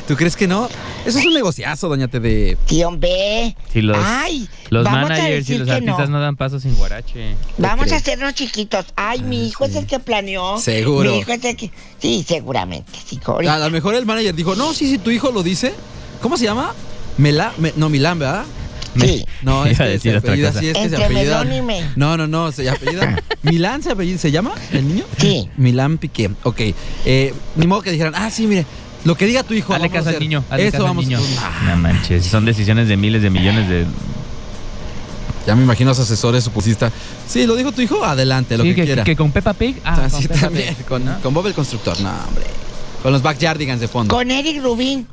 Speaker 4: ¿Tú crees que no? Eso es un negociazo, doña Tede.
Speaker 7: Sí, hombre.
Speaker 3: Si los,
Speaker 7: Ay,
Speaker 3: los
Speaker 7: vamos a
Speaker 3: managers y
Speaker 7: decir
Speaker 3: los
Speaker 7: que
Speaker 3: artistas
Speaker 7: no.
Speaker 3: no. dan paso sin guarache.
Speaker 7: Vamos
Speaker 4: crees?
Speaker 7: a hacernos chiquitos. Ay,
Speaker 3: Ah,
Speaker 7: mi hijo es el que planeó.
Speaker 4: Seguro.
Speaker 7: Mi hijo es el que. Sí, seguramente. Sí, ahorita-
Speaker 4: A lo mejor el manager dijo, no, sí, sí, tu hijo lo dice. ¿Cómo se llama? Mela, me- no, Milán, ¿verdad?
Speaker 7: Sí.
Speaker 4: No,
Speaker 3: Iba
Speaker 4: es
Speaker 3: a
Speaker 4: que
Speaker 3: decir
Speaker 4: se
Speaker 3: otra
Speaker 4: apellida,
Speaker 3: cosa.
Speaker 4: sí, es que se
Speaker 7: Entre
Speaker 4: apellida.
Speaker 7: Melón y Me.
Speaker 4: No, no, no, se apellida. Milán se apellida, ¿se llama el niño?
Speaker 7: Sí.
Speaker 4: Milán Piqué, ok. Eh, ni modo que dijeran, ah, sí, mire, lo que diga tu hijo.
Speaker 3: Hazle
Speaker 4: vamos a
Speaker 3: caso al
Speaker 4: hacer.
Speaker 3: niño. Hazle
Speaker 4: Eso
Speaker 3: caso
Speaker 4: vamos
Speaker 3: al niño.
Speaker 4: a Ah,
Speaker 3: No manches. Son decisiones de miles de millones de.
Speaker 4: Ya me imagino a los asesores, su publicista. Sí, lo dijo tu hijo, adelante, lo
Speaker 3: Sí,
Speaker 4: que,
Speaker 3: que,
Speaker 4: quiera.
Speaker 3: que con Peppa Pig. Ah,
Speaker 4: Así
Speaker 3: con Peppa
Speaker 4: también,
Speaker 3: Pig,
Speaker 4: con,
Speaker 3: ¿no?
Speaker 4: con Bob el constructor. No, hombre. Con los backyardigans de fondo.
Speaker 7: Con Eric Rubin.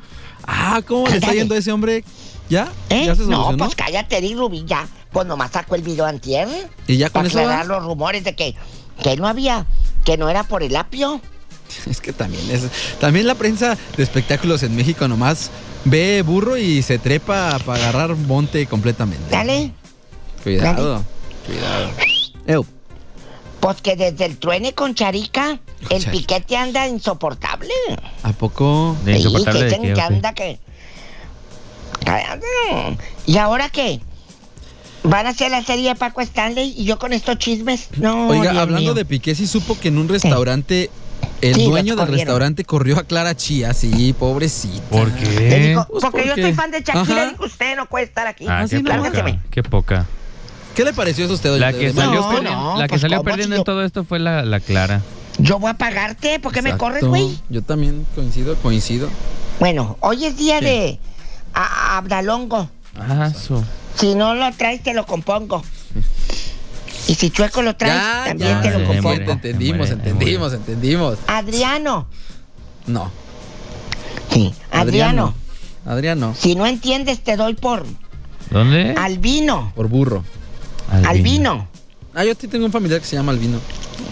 Speaker 4: Ah, ¿cómo le está
Speaker 7: Ándale.
Speaker 4: yendo a ese hombre? ¿Ya?
Speaker 7: ¿Eh?
Speaker 4: ¿Ya se
Speaker 7: No,
Speaker 4: solucionó?
Speaker 7: pues cállate, Eric Rubin, ya. Pues nomás sacó el video antier.
Speaker 4: ¿Y ya con
Speaker 7: Para
Speaker 4: eso va?
Speaker 7: aclarar los rumores de que, que no había, que no era por el apio.
Speaker 4: Es que también es. También la prensa de espectáculos en México nomás ve burro y se trepa para agarrar monte completamente.
Speaker 7: Dale.
Speaker 4: Cuidado. Cuidado. Ew.
Speaker 7: Pues que desde el truene con Charica, el
Speaker 4: Charica.
Speaker 7: piquete anda insoportable.
Speaker 4: ¿A poco?
Speaker 3: De
Speaker 7: Sí,
Speaker 3: insoportable de
Speaker 7: dicen
Speaker 3: qué,
Speaker 7: que
Speaker 3: o qué?
Speaker 7: anda que. Cállate. ¿Y ahora qué? Van a hacer la serie de Paco Stanley y yo con estos chismes. No,
Speaker 4: Oiga,
Speaker 7: Dios
Speaker 4: hablando
Speaker 7: mío.
Speaker 4: de Piqué, sí supo que en un restaurante. El
Speaker 7: Sí, los
Speaker 4: dueño del
Speaker 7: corrieron.
Speaker 4: restaurante corrió a Clara Chía, sí, pobrecita.
Speaker 3: ¿Por
Speaker 7: Le
Speaker 3: qué?
Speaker 7: digo,
Speaker 4: Pues,
Speaker 7: porque
Speaker 4: ¿por
Speaker 7: yo
Speaker 4: qué?
Speaker 7: soy fan de Shakira,
Speaker 4: Ajá.
Speaker 7: digo, usted no puede estar aquí.
Speaker 3: Ah, qué
Speaker 4: Así no.
Speaker 3: poca.
Speaker 7: Lárguenseme.
Speaker 3: Qué poca.
Speaker 4: ¿Qué le pareció eso a usted? doña
Speaker 3: La que
Speaker 4: Tede?
Speaker 3: salió
Speaker 7: No,
Speaker 3: perdiendo,
Speaker 7: no,
Speaker 3: la que
Speaker 7: pues,
Speaker 3: salió
Speaker 7: ¿cómo
Speaker 3: perdiendo
Speaker 7: si yo-
Speaker 3: en todo esto fue la, la Clara.
Speaker 7: Yo voy a pagarte, ¿por qué me corres,
Speaker 4: Exacto.
Speaker 7: güey?
Speaker 4: Yo también coincido, coincido.
Speaker 7: Bueno, hoy es día
Speaker 4: Sí.
Speaker 7: de a- a- Abdalongo.
Speaker 3: Ah, su.
Speaker 7: Si no lo traes, te lo compongo. Y si Chueco lo traes,
Speaker 4: Ya,
Speaker 7: también
Speaker 4: ya,
Speaker 7: te lo
Speaker 3: se
Speaker 4: sí,
Speaker 7: compongo.
Speaker 3: muere.
Speaker 4: Entendimos,
Speaker 3: Se muere, se
Speaker 4: entendimos, entendimos.
Speaker 7: Adriano.
Speaker 4: No.
Speaker 7: Sí, Adriano.
Speaker 4: Adriano.
Speaker 7: Si no entiendes, te doy por
Speaker 3: ¿Dónde?
Speaker 7: albino.
Speaker 4: Por burro.
Speaker 7: Albino.
Speaker 4: Ah, yo sí tengo un familiar que se llama Albino.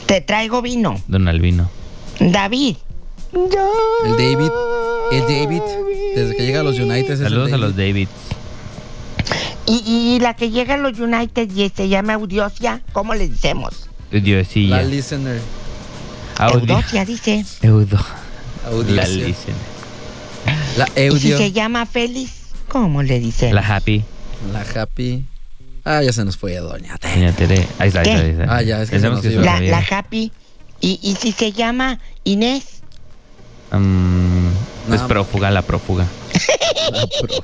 Speaker 7: Te traigo vino.
Speaker 3: Don Albino.
Speaker 7: David.
Speaker 4: El David. El David. Desde que llega a los United. es el
Speaker 3: Saludos a
Speaker 4: David.
Speaker 3: los Davids.
Speaker 7: Y, y la que llega a los United y se llama Audiosia, ¿cómo le decimos?
Speaker 4: La
Speaker 3: Diosilla.
Speaker 4: listener.
Speaker 3: Audio.
Speaker 7: Eudosia dice.
Speaker 3: Eudo. La
Speaker 4: Audición.
Speaker 3: Listen.
Speaker 4: La,
Speaker 7: Y si
Speaker 4: audio.
Speaker 7: se llama Félix, ¿cómo le dicen?
Speaker 3: La Happy.
Speaker 4: La happy. Ah, ya se nos fue, doña. Tere.
Speaker 3: Doña Tere. Ahí está, ahí está, ahí está.
Speaker 4: Ah, ya, es que
Speaker 3: Pensamos
Speaker 4: se nos
Speaker 3: se
Speaker 4: iba.
Speaker 7: La,
Speaker 3: sabía.
Speaker 7: la Happy. Y, y si se llama Inés,
Speaker 3: Mm, Es prófuga, la prófuga.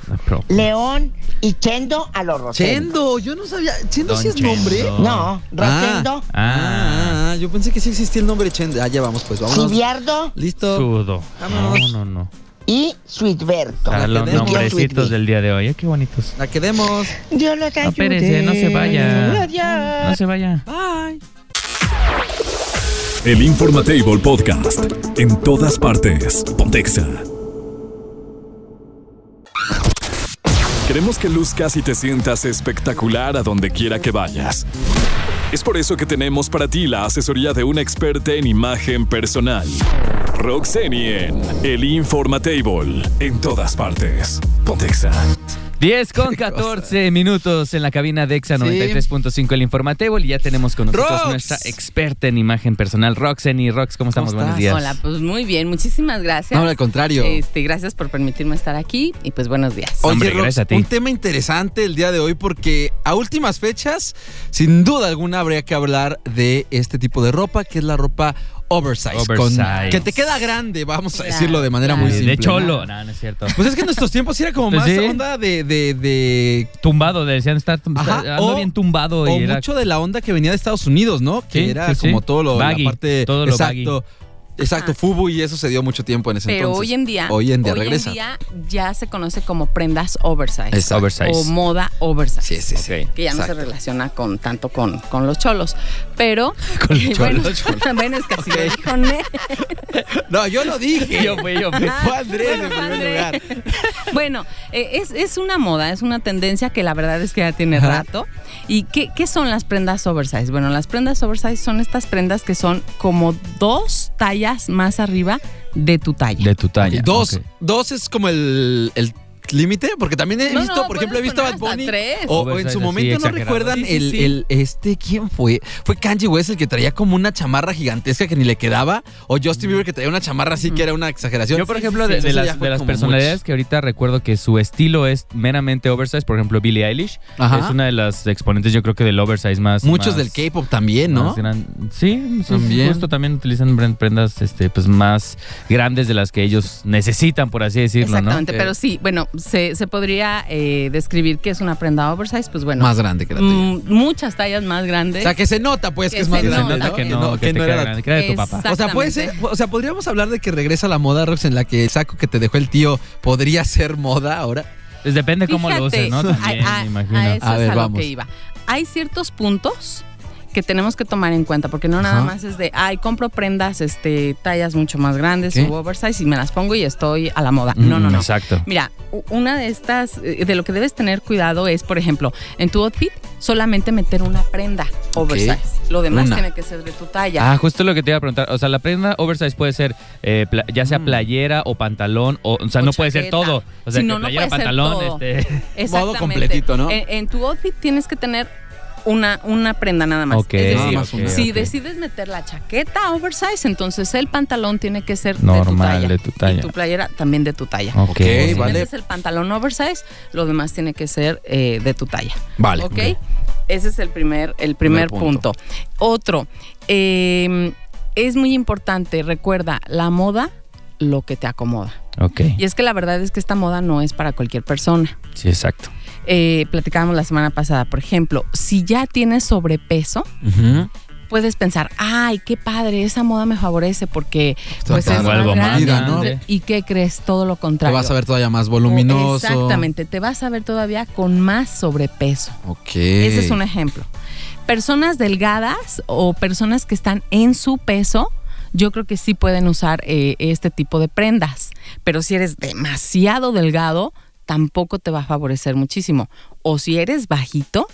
Speaker 3: La prófuga.
Speaker 7: León y Chendo a los Rosendo.
Speaker 4: Chendo, yo no sabía. ¿Chendo
Speaker 3: Don
Speaker 4: sí es
Speaker 3: Chendo.
Speaker 4: nombre?
Speaker 7: No, Rosendo,
Speaker 3: Ah,
Speaker 4: Ah, yo pensé que sí existía el nombre Chendo. Ah, ya vamos, pues vámonos.
Speaker 7: Sibierdo
Speaker 4: Listo.
Speaker 3: sudo. No,
Speaker 4: Vámonos.
Speaker 3: no, no.
Speaker 7: y Suitberto.
Speaker 3: Ah, los
Speaker 4: tenemos.
Speaker 3: nombrecitos del día de hoy. Ay, qué bonitos.
Speaker 4: La quedemos.
Speaker 7: Dios los ayude.
Speaker 3: Espérese, no se vaya.
Speaker 7: Gloria.
Speaker 3: No se vaya.
Speaker 4: Bye.
Speaker 1: El Informatable Podcast. En todas partes. Pontexa. Queremos que luzcas y te sientas espectacular a donde quiera que vayas. Es por eso que tenemos para ti la asesoría de una experta en imagen personal. Roxeni en El Informatable. En todas partes. Pontexa.
Speaker 3: 10 con 14 minutos en la cabina de Exa 93.5 el Informatable y ya tenemos con nosotros
Speaker 4: Rox.
Speaker 3: nuestra experta en imagen personal, Roxeni. Rox, ¿cómo estamos?
Speaker 4: ¿Cómo estás?
Speaker 3: Buenos días.
Speaker 8: Hola, pues muy bien, muchísimas gracias.
Speaker 4: No, al contrario.
Speaker 8: Este, gracias por permitirme estar aquí y pues buenos días.
Speaker 3: Hombre,
Speaker 4: Oye, Rox,
Speaker 3: gracias a ti.
Speaker 4: un tema interesante el día de hoy porque a últimas fechas, sin duda alguna, habría que hablar de este tipo de ropa, que es la ropa oversize.
Speaker 3: Oversize.
Speaker 4: con- que te queda grande, vamos a
Speaker 8: Claro,
Speaker 4: decirlo de manera
Speaker 8: claro.
Speaker 4: muy
Speaker 3: De-
Speaker 4: simple.
Speaker 3: de
Speaker 4: ¿no?
Speaker 3: cholo. No, no es cierto.
Speaker 4: Pues es que en nuestros tiempos sí era como
Speaker 3: Pues
Speaker 4: más
Speaker 3: sí.
Speaker 4: onda de... de, de-
Speaker 3: Tumbado, decían estar
Speaker 4: Ajá,
Speaker 3: ando
Speaker 4: o-
Speaker 3: bien tumbado
Speaker 4: o
Speaker 3: y era
Speaker 4: mucho de la onda que venía de Estados Unidos, ¿no? Que
Speaker 3: Sí,
Speaker 4: era
Speaker 3: sí, sí.
Speaker 4: como todo lo...
Speaker 3: Baggy,
Speaker 4: la parte,
Speaker 3: todo lo
Speaker 4: exacto. Exacto, Fubu y eso se dio mucho tiempo en ese
Speaker 8: Pero
Speaker 4: entonces.
Speaker 8: hoy en día,
Speaker 4: Hoy en día regresa.
Speaker 8: día ya se conoce como prendas oversize
Speaker 4: Exacto.
Speaker 3: oversize.
Speaker 8: o moda oversize.
Speaker 4: Sí, sí, sí.
Speaker 8: Que ya no se
Speaker 4: Exacto.
Speaker 8: relaciona con tanto con, con los cholos. Pero.
Speaker 4: Con los
Speaker 8: y
Speaker 4: cholos.
Speaker 8: Bueno, bueno, es que así lo dijo Ne.
Speaker 4: No, yo lo dije.
Speaker 3: Yo fui, yo fui.
Speaker 4: Fue Andrés
Speaker 8: Ah,
Speaker 4: en
Speaker 8: Bueno,
Speaker 4: primer
Speaker 8: Andrés.
Speaker 4: lugar.
Speaker 8: Bueno, eh, es, es una moda, es una tendencia que la verdad es que ya tiene
Speaker 4: Ajá.
Speaker 8: rato. ¿Y qué, qué son las prendas oversize? Bueno, las prendas oversize son estas prendas que son como dos tallas más arriba de tu talla.
Speaker 3: de tu talla.
Speaker 4: Ok, dos,
Speaker 3: ok.
Speaker 4: dos es como el el límite, porque también he
Speaker 8: No,
Speaker 4: visto,
Speaker 8: no,
Speaker 4: por ejemplo, he
Speaker 8: puedes
Speaker 4: visto a Bad
Speaker 8: poner hasta
Speaker 4: Bunny.
Speaker 8: tres.
Speaker 4: O, o
Speaker 3: Oversize
Speaker 4: en su
Speaker 3: así,
Speaker 4: momento no
Speaker 3: exagerado.
Speaker 4: recuerdan
Speaker 8: Sí, sí,
Speaker 4: el,
Speaker 8: sí.
Speaker 4: el- este, ¿quién fue? Fue Kanye West el que traía como una chamarra gigantesca que ni le quedaba. O Justin Bieber que traía una chamarra así que era una exageración.
Speaker 3: Yo, por ejemplo, de,
Speaker 4: Eso
Speaker 3: de
Speaker 4: ya
Speaker 3: las,
Speaker 4: fue
Speaker 3: de las
Speaker 4: como
Speaker 3: personalidades que ahorita recuerdo que su estilo es meramente oversize, por ejemplo, Billie Eilish
Speaker 4: Ajá.
Speaker 3: es una de las exponentes, yo creo que del oversize más.
Speaker 4: Muchos
Speaker 3: más-
Speaker 4: del K-pop también, ¿no?
Speaker 3: más gran- Sí, sí,
Speaker 4: También.
Speaker 3: justo también utilizan bren- prendas este, pues, más grandes de las que ellos necesitan, por así decirlo,
Speaker 8: Exactamente,
Speaker 4: Eh.
Speaker 8: pero sí, bueno, se, se podría eh, describir que es una prenda oversize, pues bueno,
Speaker 4: Más grande que la tuya.
Speaker 8: mm, muchas tallas más
Speaker 4: O
Speaker 8: grandes.
Speaker 4: sea, que se nota, pues, que,
Speaker 8: Que
Speaker 4: es
Speaker 8: se
Speaker 4: más
Speaker 3: ¿no? Que se
Speaker 4: grande.
Speaker 3: nota
Speaker 8: ¿no?
Speaker 3: que no, que,
Speaker 4: que
Speaker 3: te
Speaker 4: no
Speaker 3: queda
Speaker 4: era
Speaker 3: grande, que era de tu papá.
Speaker 8: Exacto.
Speaker 4: O sea, puede ser,
Speaker 8: Exactamente.
Speaker 4: o sea, podríamos hablar de que regresa la moda, Rox, en la que el saco que te dejó el tío podría ser moda ahora.
Speaker 3: Pues depende cómo lo
Speaker 8: Fíjate,
Speaker 3: uses, ¿no? También,
Speaker 8: a, a-
Speaker 3: me imagino.
Speaker 8: a eso
Speaker 4: A ver,
Speaker 8: es a lo
Speaker 4: vamos.
Speaker 8: que iba. Hay ciertos puntos que tenemos que tomar en cuenta, porque no nada
Speaker 4: Ajá.
Speaker 8: más es de, ay, compro prendas, este, tallas mucho más grandes
Speaker 4: ¿Qué?
Speaker 8: o oversize y me las pongo y estoy a la moda.
Speaker 3: Mm,
Speaker 8: No, no, no.
Speaker 3: Exacto.
Speaker 8: Mira, u- una de estas, eh, de lo que debes tener cuidado es, por ejemplo, en tu outfit solamente meter una prenda oversize. Lo demás
Speaker 4: Una.
Speaker 8: tiene que ser de tu talla.
Speaker 3: Ah, justo lo que te iba a preguntar. O sea, la prenda oversize puede ser eh, pla- ya
Speaker 4: Mm.
Speaker 3: sea playera o pantalón, o, o sea,
Speaker 8: O
Speaker 3: no puede ser
Speaker 8: chaqueta.
Speaker 3: todo. O sea,
Speaker 8: Si
Speaker 3: que
Speaker 8: no, no
Speaker 3: playera,
Speaker 8: puede ser
Speaker 3: pantalón,
Speaker 8: todo.
Speaker 3: este.
Speaker 8: Exactamente.
Speaker 4: modo completito, ¿no?
Speaker 8: En, en tu outfit tienes que tener una, una prenda nada más.
Speaker 3: Ok,
Speaker 8: Es
Speaker 4: Nada
Speaker 8: decir,
Speaker 4: más una.
Speaker 8: si
Speaker 3: ok.
Speaker 8: decides meter la chaqueta oversize, entonces el pantalón tiene que ser
Speaker 3: Normal,
Speaker 8: de
Speaker 3: de
Speaker 8: tu talla.
Speaker 3: tu talla.
Speaker 8: Y tu playera también de tu talla.
Speaker 3: Ok,
Speaker 4: Ok,
Speaker 8: Si
Speaker 4: vale.
Speaker 8: metes el pantalón oversize, lo demás tiene que ser eh, de tu talla.
Speaker 4: Vale.
Speaker 8: ¿Ok? Ese es el primer, el
Speaker 4: Primer
Speaker 8: primer
Speaker 4: punto.
Speaker 8: punto. Otro, eh, es muy importante, recuerda, la moda lo que te acomoda.
Speaker 3: Ok,
Speaker 8: Y es que la verdad es que esta moda no es para cualquier persona.
Speaker 3: sí, exacto.
Speaker 8: Eh, platicábamos la semana pasada, por ejemplo, si ya tienes sobrepeso, puedes pensar, ay, qué padre, esa moda me favorece porque pues
Speaker 4: Está
Speaker 8: es
Speaker 3: como algo
Speaker 8: más
Speaker 3: más
Speaker 8: grande.
Speaker 3: grande.
Speaker 8: ¿Y qué crees? Todo lo
Speaker 4: Te
Speaker 8: contrario.
Speaker 4: vas a ver todavía más voluminoso.
Speaker 8: Exactamente, te vas a ver todavía con más sobrepeso.
Speaker 4: Ok.
Speaker 8: Ese es un ejemplo. Personas delgadas o personas que están en su peso, yo creo que sí pueden usar eh, este tipo de prendas. Pero si eres demasiado delgado, tampoco te va a favorecer muchísimo. O si eres bajito,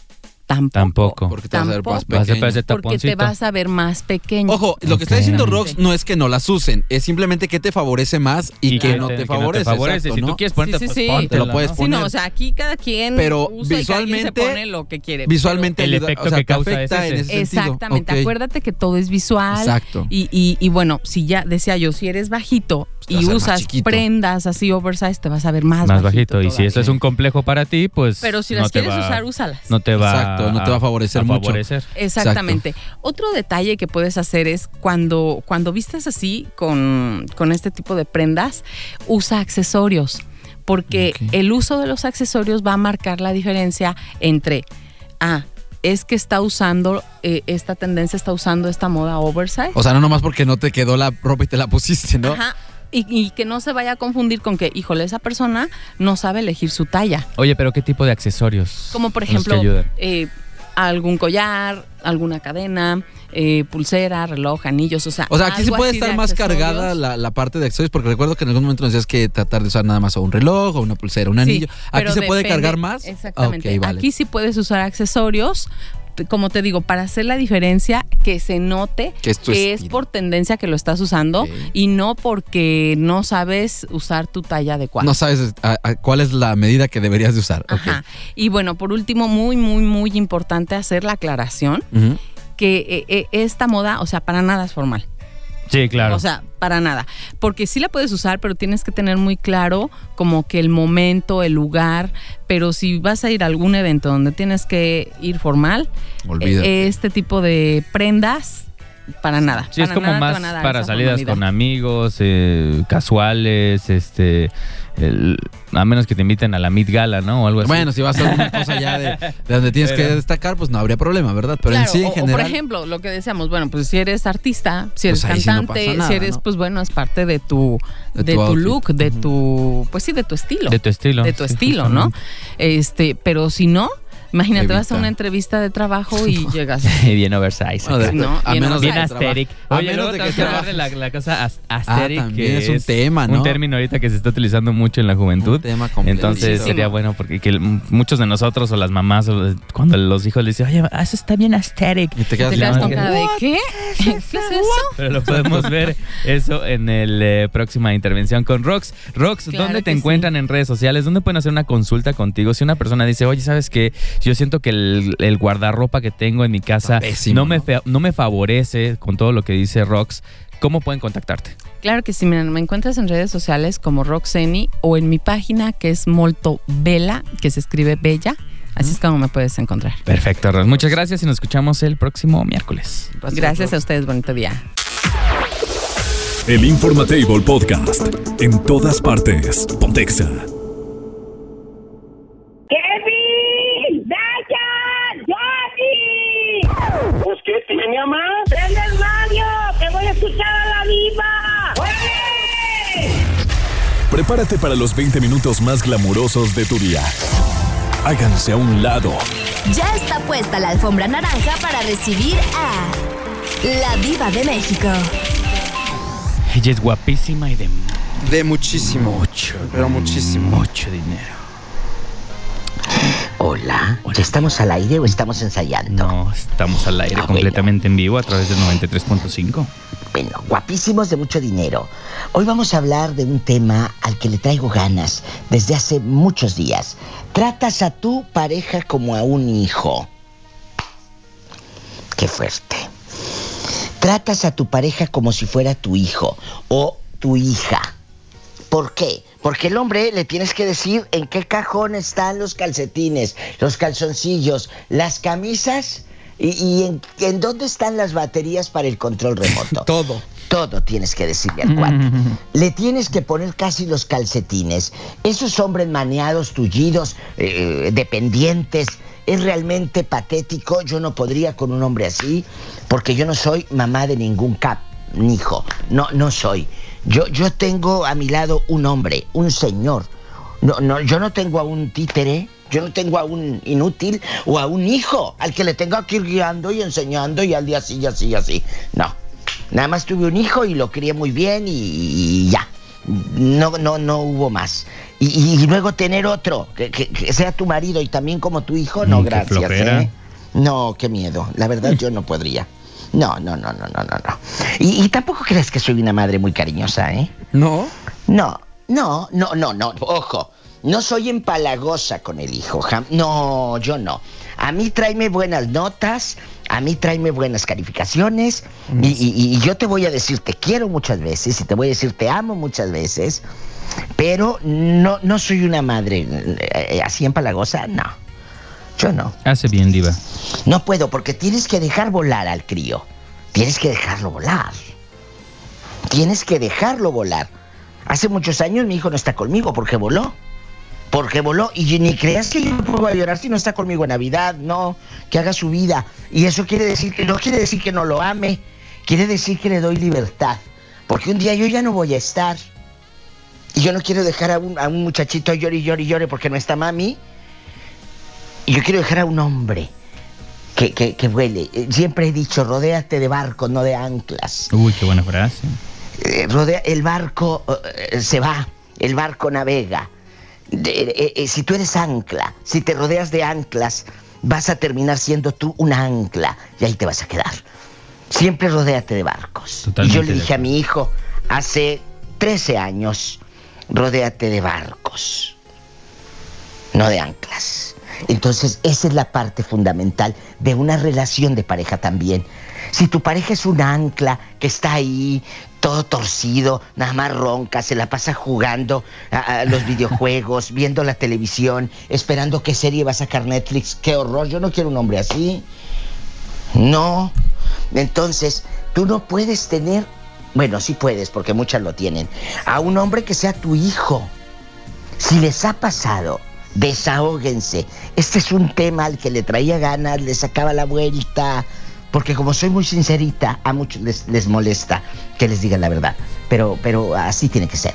Speaker 8: tampoco.
Speaker 3: Tampoco.
Speaker 4: Porque te vas a ver más
Speaker 3: Vas a hacer
Speaker 4: pequeño.
Speaker 3: ese
Speaker 8: Porque te
Speaker 3: taponcito.
Speaker 8: vas a ver más pequeño.
Speaker 4: Ojo, lo que está
Speaker 3: Ok.
Speaker 4: diciendo Rox no es que no las usen, es simplemente que te favorece más y, que, no te favorece. exacto,
Speaker 3: si
Speaker 4: ¿no?
Speaker 3: tú quieres ponerte,
Speaker 8: Sí, sí,
Speaker 3: pues
Speaker 8: sí.
Speaker 3: póntelo,
Speaker 4: Te lo puedes
Speaker 3: ¿no?
Speaker 8: Sí,
Speaker 4: poner.
Speaker 8: no, o sea, aquí cada quien
Speaker 4: Pero
Speaker 8: usa y cada quien
Speaker 4: visualmente-
Speaker 8: se pone lo que quiere.
Speaker 4: Visualmente
Speaker 3: El
Speaker 4: ayuda,
Speaker 3: efecto
Speaker 4: o sea,
Speaker 3: que
Speaker 4: te
Speaker 3: causa
Speaker 4: afecta
Speaker 3: es
Speaker 4: en
Speaker 3: ese.
Speaker 4: ese sentido.
Speaker 8: Exactamente,
Speaker 4: Ok.
Speaker 8: acuérdate que todo es visual.
Speaker 4: Exacto.
Speaker 8: Y, y- y bueno, si ya decía yo, si eres bajito
Speaker 4: te vas
Speaker 8: y
Speaker 4: a ver más
Speaker 8: usas
Speaker 4: chiquito.
Speaker 8: prendas así oversize, te vas a ver más,
Speaker 3: Más bajito. Y si
Speaker 8: todavía.
Speaker 3: eso es un complejo para ti, pues.
Speaker 8: Pero si
Speaker 3: no
Speaker 8: las
Speaker 3: te
Speaker 8: quieres
Speaker 3: va-
Speaker 8: usar, úsalas.
Speaker 3: No te va
Speaker 4: Exacto, no te va a favorecer mucho.
Speaker 3: favorecer.
Speaker 8: Exactamente. Otro detalle que puedes hacer es cuando, cuando vistas así con, con este tipo de prendas, usa accesorios, porque
Speaker 4: Ok.
Speaker 8: el uso de los accesorios va a marcar la diferencia entre, ah, es que está usando, eh, esta tendencia está usando esta moda oversize.
Speaker 4: O sea, no nomás porque no te quedó la ropa y te la pusiste, ¿no?
Speaker 8: Ajá. Y, y que no se vaya a confundir con que, híjole, esa persona no sabe elegir su talla.
Speaker 3: Oye, pero ¿qué tipo de accesorios?
Speaker 8: Como por
Speaker 3: son los que
Speaker 8: ejemplo,
Speaker 3: ayudan?
Speaker 8: eh, algún collar, alguna cadena, eh, pulsera, reloj, anillos, o sea.
Speaker 4: O sea, aquí sí
Speaker 8: algo
Speaker 4: puede
Speaker 8: así de
Speaker 4: estar más
Speaker 8: accesorios.
Speaker 4: cargada la, la parte de accesorios, porque recuerdo que en algún momento nos decías que tratar de usar nada más o un reloj o una pulsera, un
Speaker 8: Sí,
Speaker 4: anillo. Aquí
Speaker 8: pero
Speaker 4: se puede
Speaker 8: depende-
Speaker 4: cargar más.
Speaker 8: Exactamente.
Speaker 4: Ah, ok, vale.
Speaker 8: Aquí sí puedes usar accesorios. t- Como te digo, para hacer la diferencia, que se note
Speaker 4: Que es tu
Speaker 8: es
Speaker 4: estilo.
Speaker 8: por tendencia que lo estás usando
Speaker 4: Ok.
Speaker 8: y no porque no sabes usar tu talla adecuada.
Speaker 4: No sabes a- a cuál es la medida que deberías de usar. Ok.
Speaker 8: Ajá. Y bueno, por último, muy, muy, muy importante hacer la aclaración
Speaker 4: Ujú.
Speaker 8: que eh, eh, esta moda, o sea, para nada es formal.
Speaker 3: Sí, claro.
Speaker 8: O sea, para nada. Porque sí la puedes usar, pero tienes que tener muy claro como que el momento, el lugar. Pero si vas a ir a algún evento donde tienes que ir formal,
Speaker 4: Olvídate.
Speaker 8: eh, este tipo de prendas, para nada.
Speaker 3: Sí, es
Speaker 8: Para
Speaker 3: como
Speaker 8: nada te
Speaker 3: más
Speaker 8: van a dar
Speaker 3: para
Speaker 8: esa
Speaker 3: salidas con
Speaker 8: formalidad.
Speaker 3: amigos, eh, casuales, este, el- a menos que te inviten a la Mid Gala, ¿no? O algo
Speaker 8: pues
Speaker 3: así.
Speaker 4: Pues Bueno, si vas a alguna cosa ya de, de donde tienes que destacar, pues no habría problema, ¿verdad? Pero en
Speaker 8: Claro,
Speaker 4: sí,
Speaker 8: o-
Speaker 4: en
Speaker 8: o
Speaker 4: general.
Speaker 8: por ejemplo, lo que decíamos, bueno, pues si eres artista, si eres
Speaker 4: Pues ahí sí no
Speaker 8: cantante,
Speaker 4: pasa nada,
Speaker 8: si eres,
Speaker 4: ¿no?
Speaker 8: pues bueno, es parte de tu,
Speaker 4: De
Speaker 8: de,
Speaker 4: tu
Speaker 8: tu,
Speaker 4: outfit.
Speaker 8: look, de tu, pues sí, de tu estilo.
Speaker 3: de tu estilo.
Speaker 8: de tu
Speaker 3: Sí,
Speaker 8: estilo, ¿no?
Speaker 3: justamente.
Speaker 8: Este, pero si no, imagínate, vas a
Speaker 4: Evita.
Speaker 8: una entrevista de trabajo y llegas.
Speaker 3: Bien oversized.
Speaker 4: Bueno, de-
Speaker 8: No,
Speaker 4: a
Speaker 8: bien
Speaker 4: menos de
Speaker 3: Bien
Speaker 8: Bien
Speaker 3: asteric.
Speaker 4: A
Speaker 3: Oye,
Speaker 4: menos
Speaker 3: luego
Speaker 4: de
Speaker 3: tenemos
Speaker 4: que
Speaker 3: que hablar de
Speaker 4: trabajes. Ah,
Speaker 3: la, la cosa as- asteric.
Speaker 4: también
Speaker 3: que
Speaker 4: es un tema, ¿no?
Speaker 3: Un término ahorita que se está utilizando mucho en la
Speaker 4: Un
Speaker 3: juventud.
Speaker 4: tema completo.
Speaker 3: Entonces
Speaker 8: Sí.
Speaker 3: sería bueno porque que m- muchos de nosotros o las mamás, o los- cuando los hijos les dicen, oye, ah, eso está bien asteric.
Speaker 4: Y te quedas
Speaker 8: Te
Speaker 3: No,
Speaker 8: quedas con
Speaker 3: que-
Speaker 8: cara de ¿qué? ¿Qué es eso?
Speaker 3: Pero lo podemos ver eso en el eh, próxima intervención con Rox. Rox,
Speaker 8: Claro
Speaker 3: ¿dónde te
Speaker 8: que sí.
Speaker 3: encuentran en redes sociales? ¿Dónde pueden hacer una consulta contigo? Si una persona dice, oye, ¿sabes qué? Yo siento que el, el guardarropa que tengo en mi casa
Speaker 4: Está pésimo,
Speaker 3: no, me
Speaker 4: ¿no?
Speaker 3: fa- no me favorece con todo lo que dice Rox, ¿cómo pueden contactarte?
Speaker 8: Claro que sí, miren, me encuentras en redes sociales como Roxeni o en mi página que es Molto Bella, que se escribe Bella. Así es como me puedes encontrar.
Speaker 3: Perfecto, Rox. Muchas gracias y nos escuchamos el próximo miércoles.
Speaker 8: Gracias a ustedes, bonito día.
Speaker 1: El Informatable Podcast. En todas partes. Pontexa.
Speaker 9: ¡Kevin! ¡Dayan! ¡Johnny!
Speaker 10: Pues qué tiene, mamá.
Speaker 9: ¡Prende el radio! ¡Que voy a escuchar a la viva! ¡Oye!
Speaker 1: Prepárate para los 20 minutos más glamurosos de tu día. Háganse a un lado.
Speaker 5: Ya está puesta la alfombra naranja para recibir a la Diva de México.
Speaker 3: Ella es guapísima y de
Speaker 11: De muchísimo. Mucho. Pero muchísimo.
Speaker 3: mucho dinero.
Speaker 7: Hola, ¿ya estamos al aire o estamos ensayando?
Speaker 3: No, estamos al aire
Speaker 7: Ah, bueno.
Speaker 3: completamente en vivo a través del 93.5.
Speaker 7: Bueno, guapísimos de mucho dinero. Hoy vamos a hablar de un tema al que le traigo ganas desde hace muchos días. Tratas a tu pareja como a un hijo. Qué fuerte. Tratas a tu pareja como si fuera tu hijo o tu hija. ¿Por qué? Porque el hombre le tienes que decir en qué cajón están los calcetines, los calzoncillos, las camisas y, y en, en dónde están las baterías para el control remoto.
Speaker 4: Todo.
Speaker 7: Todo tienes que decirle al cuate. Le tienes que poner casi los calcetines. Esos hombres maneados, tullidos, eh, dependientes, es realmente patético. Yo no podría con un hombre así, porque yo no soy mamá de ningún cap, ni hijo. No, no soy. Yo, yo tengo a mi lado un hombre, un señor. No, no, yo no tengo a un títere, yo no tengo a un inútil o a un hijo al que le tengo que ir guiando y enseñando y al día así, y así, y así. No. Nada más tuve un hijo y lo crié muy bien y, y ya. No, no, no hubo más. Y, y luego tener otro, que, que- que sea tu marido y también como tu hijo, no,
Speaker 3: Mm, qué
Speaker 7: gracias.
Speaker 3: flojera.
Speaker 7: ¿eh? No, qué miedo. La verdad yo no podría. No, no, no, no, no, no, no. Y, y tampoco creas que soy una madre muy cariñosa, ¿eh?
Speaker 4: No.
Speaker 7: No, no, no, no, no, ojo. No soy empalagosa con el hijo, jam- no, yo no. A mí tráeme buenas notas, a mí tráeme buenas calificaciones y, y- y yo te voy a decir te quiero muchas veces y te voy a decir te amo muchas veces, pero eh, no, no soy una madre eh, así empalagosa, no. Yo no.
Speaker 3: Hace bien, Diva.
Speaker 7: No puedo porque tienes que dejar volar al crío. Tienes que dejarlo volar. Tienes que dejarlo volar. Hace muchos años mi hijo no está conmigo porque voló. Porque voló. Y ni creas que yo me pongo a llorar si no está conmigo en Navidad. No, que haga su vida. Y eso quiere decir que no quiere decir que no lo ame. Quiere decir que le doy libertad. Porque un día yo ya no voy a estar. Y yo no quiero dejar a un, a un muchachito llore y llore y llore porque no está mami. Y yo quiero dejar a un hombre que, que, que vuele. Eh, Siempre he dicho, rodéate de barcos, no de anclas.
Speaker 3: Uy, qué buena frase.
Speaker 7: Eh, rodea- el barco eh, se va, el barco navega. De- eh, eh, si tú eres ancla, si te rodeas de anclas, vas a terminar siendo tú una ancla y ahí te vas a quedar. Siempre rodéate de barcos.
Speaker 3: Totalmente
Speaker 7: y yo le
Speaker 3: de
Speaker 7: dije a
Speaker 3: acuerdo.
Speaker 7: mi hijo hace 13 años, rodéate de barcos no de anclas. Entonces, esa es la parte fundamental de una relación de pareja también. Si tu pareja es un ancla que está ahí, todo torcido, nada más ronca, se la pasa jugando a, a los videojuegos, viendo la televisión, esperando qué serie va a sacar Netflix, qué horror, yo no quiero un hombre así. No. Entonces, tú no puedes tener, bueno, sí puedes, porque muchas lo tienen, a un hombre que sea tu hijo. Si les ha pasado, desahóguense. Este es un tema al que le traía ganas, le sacaba la vuelta. Porque como soy muy sincerita, a muchos les, les molesta que les digan la verdad. Pero, pero así tiene que ser.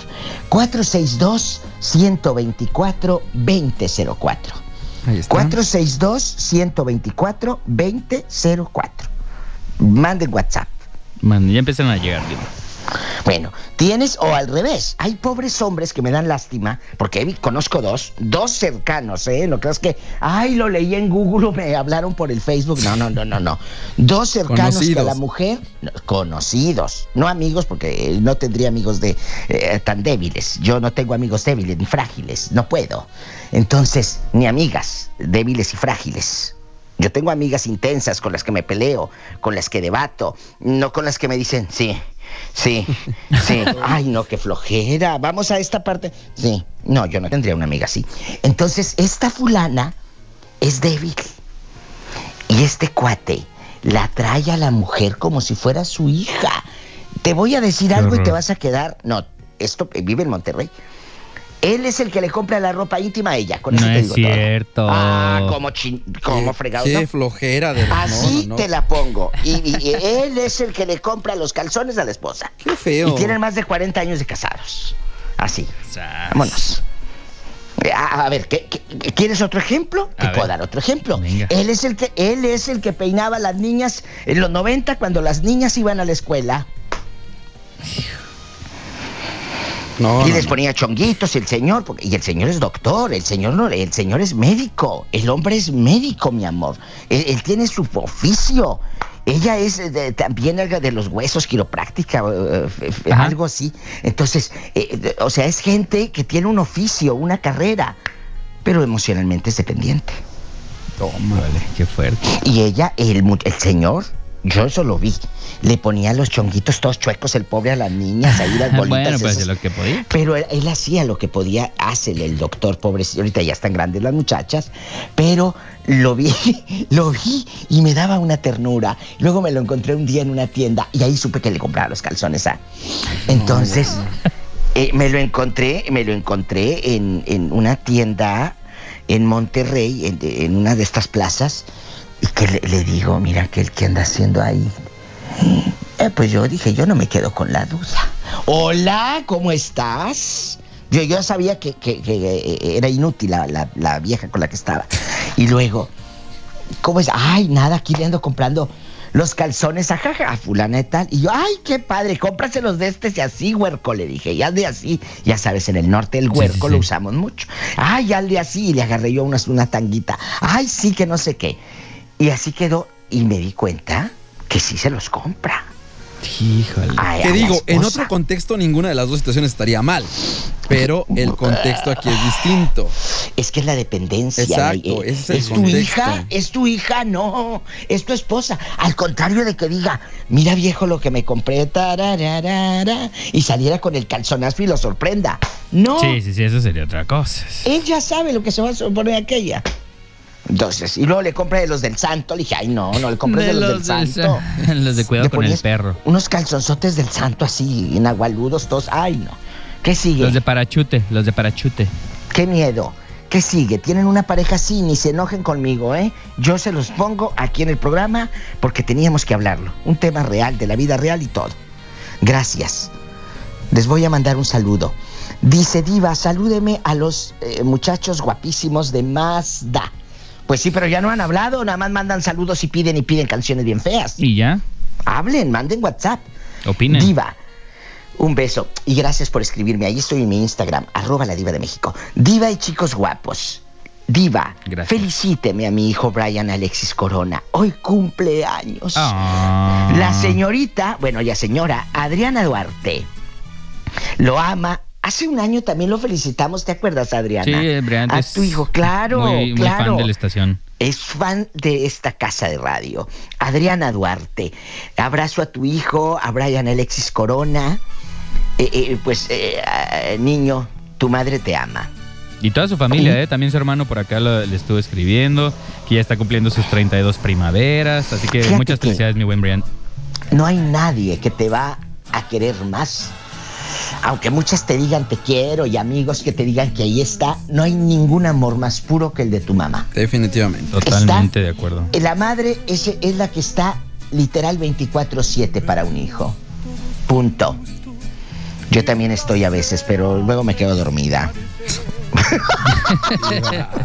Speaker 7: 462-124-2004.
Speaker 11: Ahí está.
Speaker 7: 462-124-2004. Manden WhatsApp.
Speaker 3: Man, ya empiezan a llegar, Diva.
Speaker 7: Bueno, tienes o al revés. Hay pobres hombres que me dan lástima, porque vi- conozco dos, dos cercanos, ¿eh? No creas que, ay, lo leí en Google, o me hablaron por el Facebook. No, no, no, no, no. Dos cercanos que a la
Speaker 11: Conocidos.
Speaker 7: mujer, no, conocidos, no amigos, porque eh, no tendría amigos de eh, tan débiles. Yo no tengo amigos débiles ni frágiles, no puedo. Entonces, ni amigas débiles y frágiles. Yo tengo amigas intensas con las que me peleo, con las que debato, no con las que me dicen, sí, sí, sí, ay no, qué flojera, vamos a esta parte. Sí, no, yo no tendría una amiga así. Entonces, esta fulana es débil. Y este cuate la trae a la mujer como si fuera su hija. Te voy a decir algo y te
Speaker 3: horror.
Speaker 7: vas a quedar. No, esto eh, vive en Monterrey. Él es el que le compra la ropa íntima a ella. Con eso
Speaker 3: No
Speaker 7: te
Speaker 3: es
Speaker 7: digo todo.
Speaker 3: cierto.
Speaker 7: Ah, como, chin- como
Speaker 11: Qué-
Speaker 7: fregado.
Speaker 11: Qué
Speaker 7: ¿no?
Speaker 11: flojera de
Speaker 7: Así
Speaker 11: no, no, no.
Speaker 7: te la pongo. Y, y- y él es el que le compra los calzones a la esposa.
Speaker 11: Qué feo.
Speaker 7: Y tienen más de 40 años de casados. Así.
Speaker 3: Sas.
Speaker 7: Vámonos. Eh, A, a ver, ¿qué, qué- qué- quieres otro ejemplo? Te
Speaker 3: A
Speaker 7: puedo
Speaker 3: ver.
Speaker 7: dar otro ejemplo.
Speaker 3: Venga.
Speaker 7: Él es el que él es el que peinaba a las niñas en los 90 cuando las niñas iban a la escuela
Speaker 11: No,
Speaker 7: y
Speaker 11: no,
Speaker 7: les
Speaker 11: no.
Speaker 7: ponía chonguitos el señor, porque- y el señor es doctor, el señor no, el señor es médico, el hombre es médico, mi amor. Él, él tiene su oficio. Ella es eh, de- también algo de los huesos, quiropráctica, eh, f- f-
Speaker 3: Ajá.
Speaker 7: algo así. Entonces, eh, de- o sea, es gente que tiene un oficio, una carrera, pero emocionalmente es dependiente.
Speaker 3: Órale, qué fuerte.
Speaker 7: Y ella, el, mu- el señor, yo eso lo vi, le ponía los chonguitos todos chuecos, el pobre a las niñas, ahí las bolitas.
Speaker 3: bueno, pues
Speaker 7: esas.
Speaker 3: de lo que podía.
Speaker 7: Pero él, él hacía lo que podía, hácele el doctor, pobrecito. Ahorita ya están grandes las muchachas, pero lo vi, lo vi y me daba una ternura. Luego me lo encontré un día en una tienda y ahí supe que le compraba los calzones a. Entonces, eh, me lo encontré, me lo encontré en, en una tienda en Monterrey, en, de- en una de estas plazas, y que le, le digo, mira, que el que anda haciendo ahí. Eh, pues yo dije, yo no me quedo con la duda. Hola, ¿cómo estás? Yo, yo sabía que, que- que, eh, era inútil la, la- la vieja con la que estaba. Y luego, ¿cómo es? Ay, nada, aquí le ando comprando los calzones a jaja, a fulana y tal. Y yo, ay, qué padre, cómpraselos de este y así, huerco, le dije, ya de así. Ya sabes, en el norte el huerco
Speaker 3: sí,
Speaker 7: lo
Speaker 3: sí.
Speaker 7: usamos mucho. Ay, ya de así, y le agarré yo una, una tanguita. Ay, sí, que no sé qué. Y así quedó, y me di cuenta que sí se los compra.
Speaker 3: Híjole.
Speaker 7: Ay, a
Speaker 11: Te
Speaker 7: la
Speaker 11: digo, en
Speaker 7: esposa.
Speaker 11: otro contexto ninguna de las dos situaciones estaría mal, pero el contexto aquí es distinto.
Speaker 7: Es que es la dependencia.
Speaker 11: Exacto,
Speaker 7: güey.
Speaker 11: ese es el
Speaker 7: tu
Speaker 11: contexto.
Speaker 7: hija, es tu hija, no, es tu esposa. Al contrario de que diga, mira viejo lo que me compré, tarararara", y saliera con el calzonazo y lo sorprenda. No,
Speaker 3: Sí, sí, sí, eso sería otra cosa.
Speaker 7: ella sabe lo que se va a poner aquella. Entonces, y luego le compré de los del santo. Le dije, ay, no, no le compré de, los, del santo.
Speaker 3: Los de cuidado
Speaker 7: Le
Speaker 3: con el
Speaker 7: ponías
Speaker 3: perro.
Speaker 7: Unos calzonzotes del santo así, enagualudos, todos. Ay, no. ¿Qué sigue?
Speaker 3: Los de parachute, los de parachute.
Speaker 7: Qué miedo. ¿Qué sigue? Tienen una pareja así, ni se enojen conmigo, ¿eh? Yo se los pongo aquí en el programa porque teníamos que hablarlo. Un tema real, de la vida real y todo. Gracias. Les voy a mandar un saludo. Dice Diva, salúdeme a los eh, muchachos guapísimos de Mazda. Pues sí, pero ya no han hablado, nada más mandan saludos y piden y piden canciones bien feas.
Speaker 3: Y ya,
Speaker 7: Hablen, manden WhatsApp.
Speaker 3: opinen.
Speaker 7: Diva. Un beso y gracias por escribirme. Ahí estoy en mi Instagram, arroba la diva de México. Diva y chicos guapos. Diva,
Speaker 3: Gracias.
Speaker 7: felicíteme a mi hijo Brian Alexis Corona. Hoy cumple años.
Speaker 3: Ah.
Speaker 7: La señorita, bueno, ya señora, Adriana Duarte. Lo ama. Hace un año también lo felicitamos, ¿te acuerdas, Adriana?
Speaker 3: Sí, Brian
Speaker 7: A
Speaker 3: es
Speaker 7: tu hijo, claro,
Speaker 3: Muy, muy
Speaker 7: claro
Speaker 3: fan de la estación.
Speaker 7: es fan de esta casa de radio. Adriana Duarte, abrazo a tu hijo, a Brian Alexis Corona. Eh, eh, pues, eh, ah, niño, tu madre te ama.
Speaker 3: Y toda su
Speaker 7: Uh.
Speaker 3: familia, ¿eh? También su hermano por acá lo- le estuvo escribiendo, que ya está cumpliendo sus 32 primaveras. Así que
Speaker 7: Fíjate
Speaker 3: muchas
Speaker 7: que-
Speaker 3: felicidades, mi buen Brian.
Speaker 7: No hay nadie que te va a querer más. Aunque muchas te digan te quiero y amigos que te digan que ahí está, no hay ningún amor más puro que el de tu mamá.
Speaker 11: Definitivamente.
Speaker 7: Está-
Speaker 3: Totalmente de acuerdo.
Speaker 7: La madre es, es la que está literal 24/7 para un hijo. Punto. Yo también estoy a veces, pero luego me quedo dormida.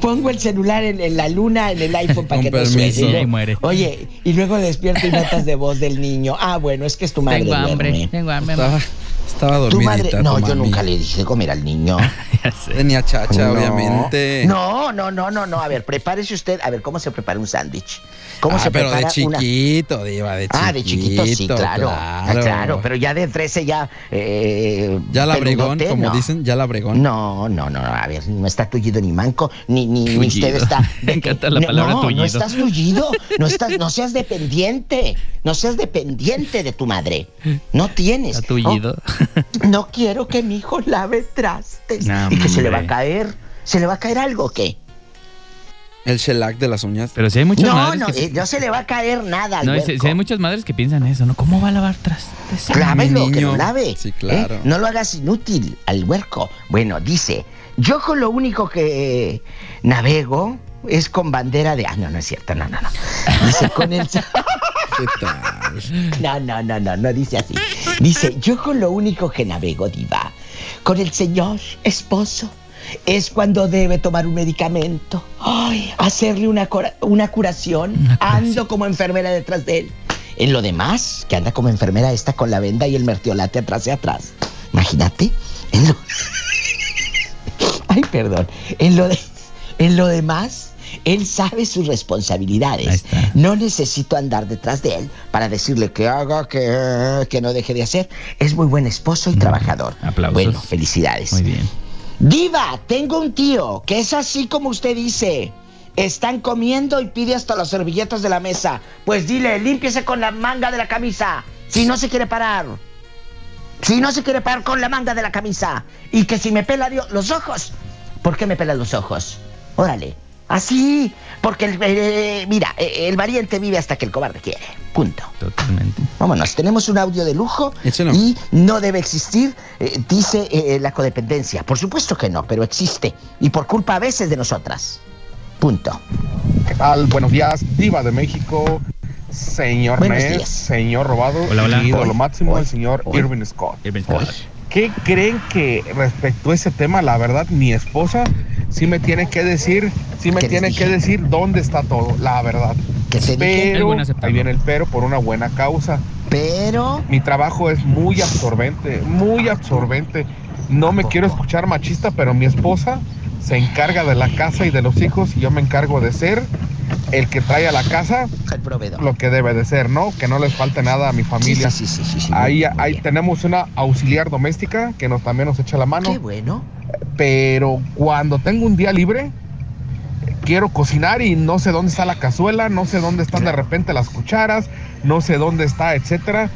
Speaker 7: Pongo el celular en, en la luna, en el iPhone para
Speaker 11: Con
Speaker 7: que no
Speaker 11: permiso.
Speaker 7: suene.
Speaker 3: Y ahí muere.
Speaker 7: Oye, y luego despierto y notas de voz del niño. Ah, bueno, es que es tu madre.
Speaker 2: Tengo
Speaker 7: duerme.
Speaker 2: hambre, tengo hambre. mamá.
Speaker 11: Estaba, estaba
Speaker 7: Tu
Speaker 11: dormidita.
Speaker 7: madre. No,
Speaker 11: tu
Speaker 7: yo
Speaker 11: mami.
Speaker 7: nunca le dije de comer al niño.
Speaker 3: Ya sé.
Speaker 11: Tenía chacha,
Speaker 7: No.
Speaker 11: obviamente.
Speaker 7: No, no, no, no, no. A ver, prepárese usted. A ver, ¿cómo se prepara un sándwich? ¿Cómo
Speaker 11: Ah,
Speaker 7: se
Speaker 11: pero de
Speaker 7: prepara una-
Speaker 11: chiquito, diva, de chiquito.
Speaker 7: Ah, de chiquito, sí, claro. Ah, Claro, pero ya de 13 ya. eh,
Speaker 11: Ya la bregón,
Speaker 7: peludote,
Speaker 11: como
Speaker 7: no.
Speaker 11: dicen, ya la bregón.
Speaker 7: No, no, no, a ver, no está tullido ni manco, ni, ni, ni
Speaker 3: Tullido.
Speaker 7: usted está.
Speaker 3: Me encanta la
Speaker 7: no,
Speaker 3: palabra
Speaker 7: no,
Speaker 3: tullido.
Speaker 7: No estás tullido, no, estás, no seas dependiente, no seas dependiente de tu madre. No tienes.
Speaker 3: Está tullido.
Speaker 7: Oh, no quiero que mi hijo lave trastes.
Speaker 3: No,
Speaker 7: y que se le va a
Speaker 3: hombre.
Speaker 7: caer. ¿Se le va a caer algo o qué?
Speaker 11: El shellac de las uñas.
Speaker 3: Pero si hay muchas
Speaker 7: No,
Speaker 3: madres
Speaker 7: no,
Speaker 3: que...
Speaker 7: eh, no se le va a caer nada. al
Speaker 3: No, y si-
Speaker 7: huerco.
Speaker 3: si hay muchas madres que piensan eso, ¿no? ¿Cómo va a lavar trastes?
Speaker 7: Lávelo,
Speaker 11: Mi
Speaker 7: que
Speaker 11: niño.
Speaker 7: lo lave.
Speaker 11: Sí, claro.
Speaker 7: ¿eh? No lo hagas inútil al huerco. Bueno, dice, yo con lo único que eh, navego es con bandera de... Ah, no, no es cierto, no, no, no. Dice, con el...
Speaker 11: ¿Qué tal?
Speaker 7: No, no, no, no, no dice así. Dice, yo con lo único que navego, diva, con el señor esposo, es cuando debe tomar un medicamento, ay, hacerle una, cora- una curación, ando como enfermera detrás de él. En lo demás, que anda como enfermera esta con la venda y el mertiolate atrás y atrás. Imagínate. En lo- Ay, perdón. En lo, de- en lo demás, él sabe sus
Speaker 3: Ahí
Speaker 7: responsabilidades.
Speaker 3: está.
Speaker 7: No necesito andar detrás de él para decirle que haga, que, que no deje de hacer. Es muy buen esposo y trabajador.
Speaker 3: Mm. Aplausos.
Speaker 7: Bueno, felicidades.
Speaker 3: Muy bien.
Speaker 7: Diva, tengo un tío que es así como usted dice. Están comiendo y pide hasta las servilletas de la mesa. Pues dile, límpiese con la manga de la camisa. Si no se quiere parar. Si no se quiere parar con la manga de la camisa. Y que si me pela Dios los ojos. ¿Por qué me pela los ojos? Órale. Así. Porque, el, eh, mira, eh, el valiente vive hasta que el cobarde quiere. Punto.
Speaker 3: Totalmente.
Speaker 7: Vámonos, tenemos un audio de lujo
Speaker 11: Échalo.
Speaker 7: y no debe existir, eh, dice eh, la codependencia. Por supuesto que no, pero existe. Y por culpa a veces de nosotras. Punto.
Speaker 10: ¿Qué tal? Buenos días, Diva de México, señor
Speaker 7: Buenos
Speaker 10: Nes,
Speaker 7: días.
Speaker 10: señor Robado
Speaker 3: Hola, hola.
Speaker 10: y de
Speaker 3: Hoy,
Speaker 10: lo máximo
Speaker 7: hoy,
Speaker 10: el señor
Speaker 7: hoy.
Speaker 10: Irving Scott.
Speaker 3: Irving
Speaker 7: Hoy.
Speaker 3: Scott.
Speaker 10: ¿Qué creen que respecto a ese tema, la verdad, mi esposa sí me tiene que decir, sí me
Speaker 7: ¿Qué les
Speaker 10: tiene
Speaker 7: dije?
Speaker 10: que decir dónde está todo, la verdad.
Speaker 7: ¿Qué te dije?
Speaker 3: Es
Speaker 10: Pero,
Speaker 3: bueno aceptarlo.
Speaker 10: ahí viene el pero por una buena causa.
Speaker 7: Pero
Speaker 10: Mi trabajo es muy absorbente, muy absorbente. No me quiero escuchar machista, pero mi esposa se encarga de la casa y de los hijos y yo me encargo de ser el que trae a la casa
Speaker 7: el proveedor.
Speaker 10: lo que debe de ser, ¿no? Que no les falte nada a mi
Speaker 7: Sí,
Speaker 10: familia.
Speaker 7: sí, sí, sí, sí, sí,
Speaker 10: Ahí,
Speaker 7: muy bien, muy
Speaker 10: ahí
Speaker 7: bien.
Speaker 10: tenemos una auxiliar doméstica que nos, también nos echa la mano.
Speaker 7: Qué bueno.
Speaker 10: Pero cuando tengo un día libre, quiero cocinar y no sé dónde está la cazuela, no sé dónde están de repente las cucharas, no sé dónde está, etcétera.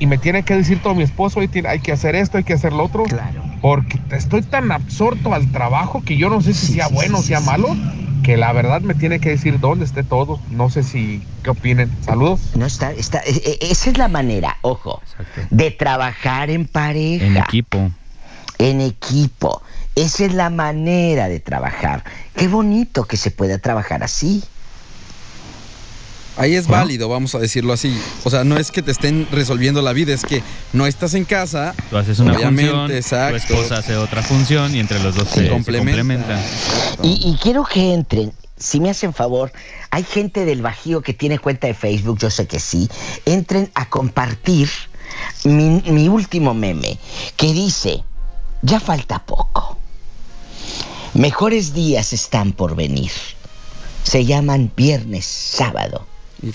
Speaker 10: Y me tiene que decir todo mi esposo, "Oye, tiene- hay que hacer esto, hay que hacer lo otro
Speaker 7: Claro.
Speaker 10: porque estoy tan absorto al trabajo que yo no sé si
Speaker 7: Sí,
Speaker 10: sea
Speaker 7: sí,
Speaker 10: bueno o
Speaker 7: sí,
Speaker 10: sea
Speaker 7: sí.
Speaker 10: malo, que la verdad me tiene que decir dónde esté todo. No sé si qué opinen. Saludos.
Speaker 7: No está, está, e- e- esa es la manera, ojo, de trabajar en pareja. En equipo. En equipo. Esa es la manera de trabajar. Qué bonito que se pueda trabajar así.
Speaker 11: Ahí es válido, vamos a decirlo así. O sea, no es que te estén resolviendo la vida, es que no estás en casa.
Speaker 3: Tú haces una
Speaker 11: obviamente,
Speaker 3: función,
Speaker 11: exacto.
Speaker 3: tu esposa hace otra función y entre los dos
Speaker 11: Se
Speaker 3: se, se
Speaker 11: complementan.
Speaker 3: complementan.
Speaker 7: Y, y quiero que entren, si me hacen favor, hay gente del Bajío que tiene cuenta de Facebook, yo sé que sí, entren a compartir mi, mi último meme que dice, ya falta poco. Mejores días están por venir. Se llaman viernes, sábado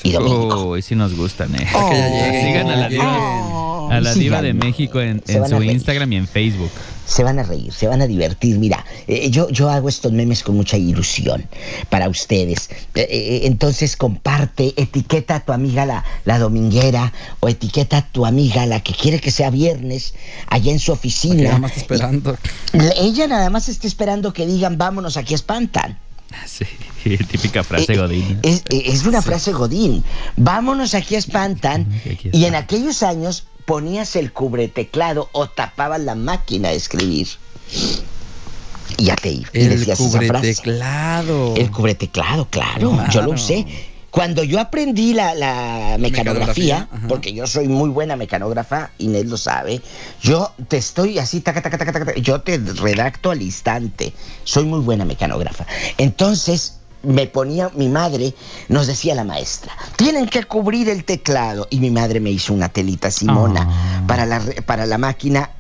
Speaker 7: y domingo.
Speaker 3: Oh, y sí nos gustan, eh.
Speaker 7: Oh,
Speaker 3: Sigan a la diva,
Speaker 7: oh,
Speaker 3: a la
Speaker 7: sí,
Speaker 3: diva
Speaker 7: ya
Speaker 3: de
Speaker 7: no.
Speaker 3: México en,
Speaker 7: Se
Speaker 3: en
Speaker 7: van a
Speaker 3: su
Speaker 7: reír.
Speaker 3: Instagram y en Facebook.
Speaker 7: Se van a reír, se van a divertir. Mira, eh, yo, yo hago estos memes con mucha ilusión para ustedes. Eh, eh, entonces comparte, etiqueta a tu amiga la, la dominguera o etiqueta a tu amiga la que quiere que sea viernes allá en su
Speaker 11: Que nada
Speaker 7: oficina.
Speaker 11: más te esperando.
Speaker 7: Le- Ella nada más está esperando que digan vámonos, aquí espantan.
Speaker 3: Sí, típica frase Godín.
Speaker 7: Eh, Es, es una frase Godín. Vámonos, aquí espantan. Y en aquellos años ponías el cubreteclado o tapabas la máquina de escribir. Y ya te ibas. Y
Speaker 11: El
Speaker 7: decías esa frase.
Speaker 11: cubreteclado.
Speaker 7: El cubreteclado, claro. Yo lo usé. Cuando yo aprendí la, la mecanografía,
Speaker 11: mecanografía, ajá.
Speaker 7: porque yo soy muy buena mecanógrafa, Inés lo sabe, yo te estoy así, taca, taca, taca, taca, taca, yo te redacto al instante. Soy muy buena mecanógrafa. Entonces, me ponía, mi madre nos decía la maestra, tienen que cubrir el teclado. Y mi madre me hizo una telita simona para, la, re- para la máquina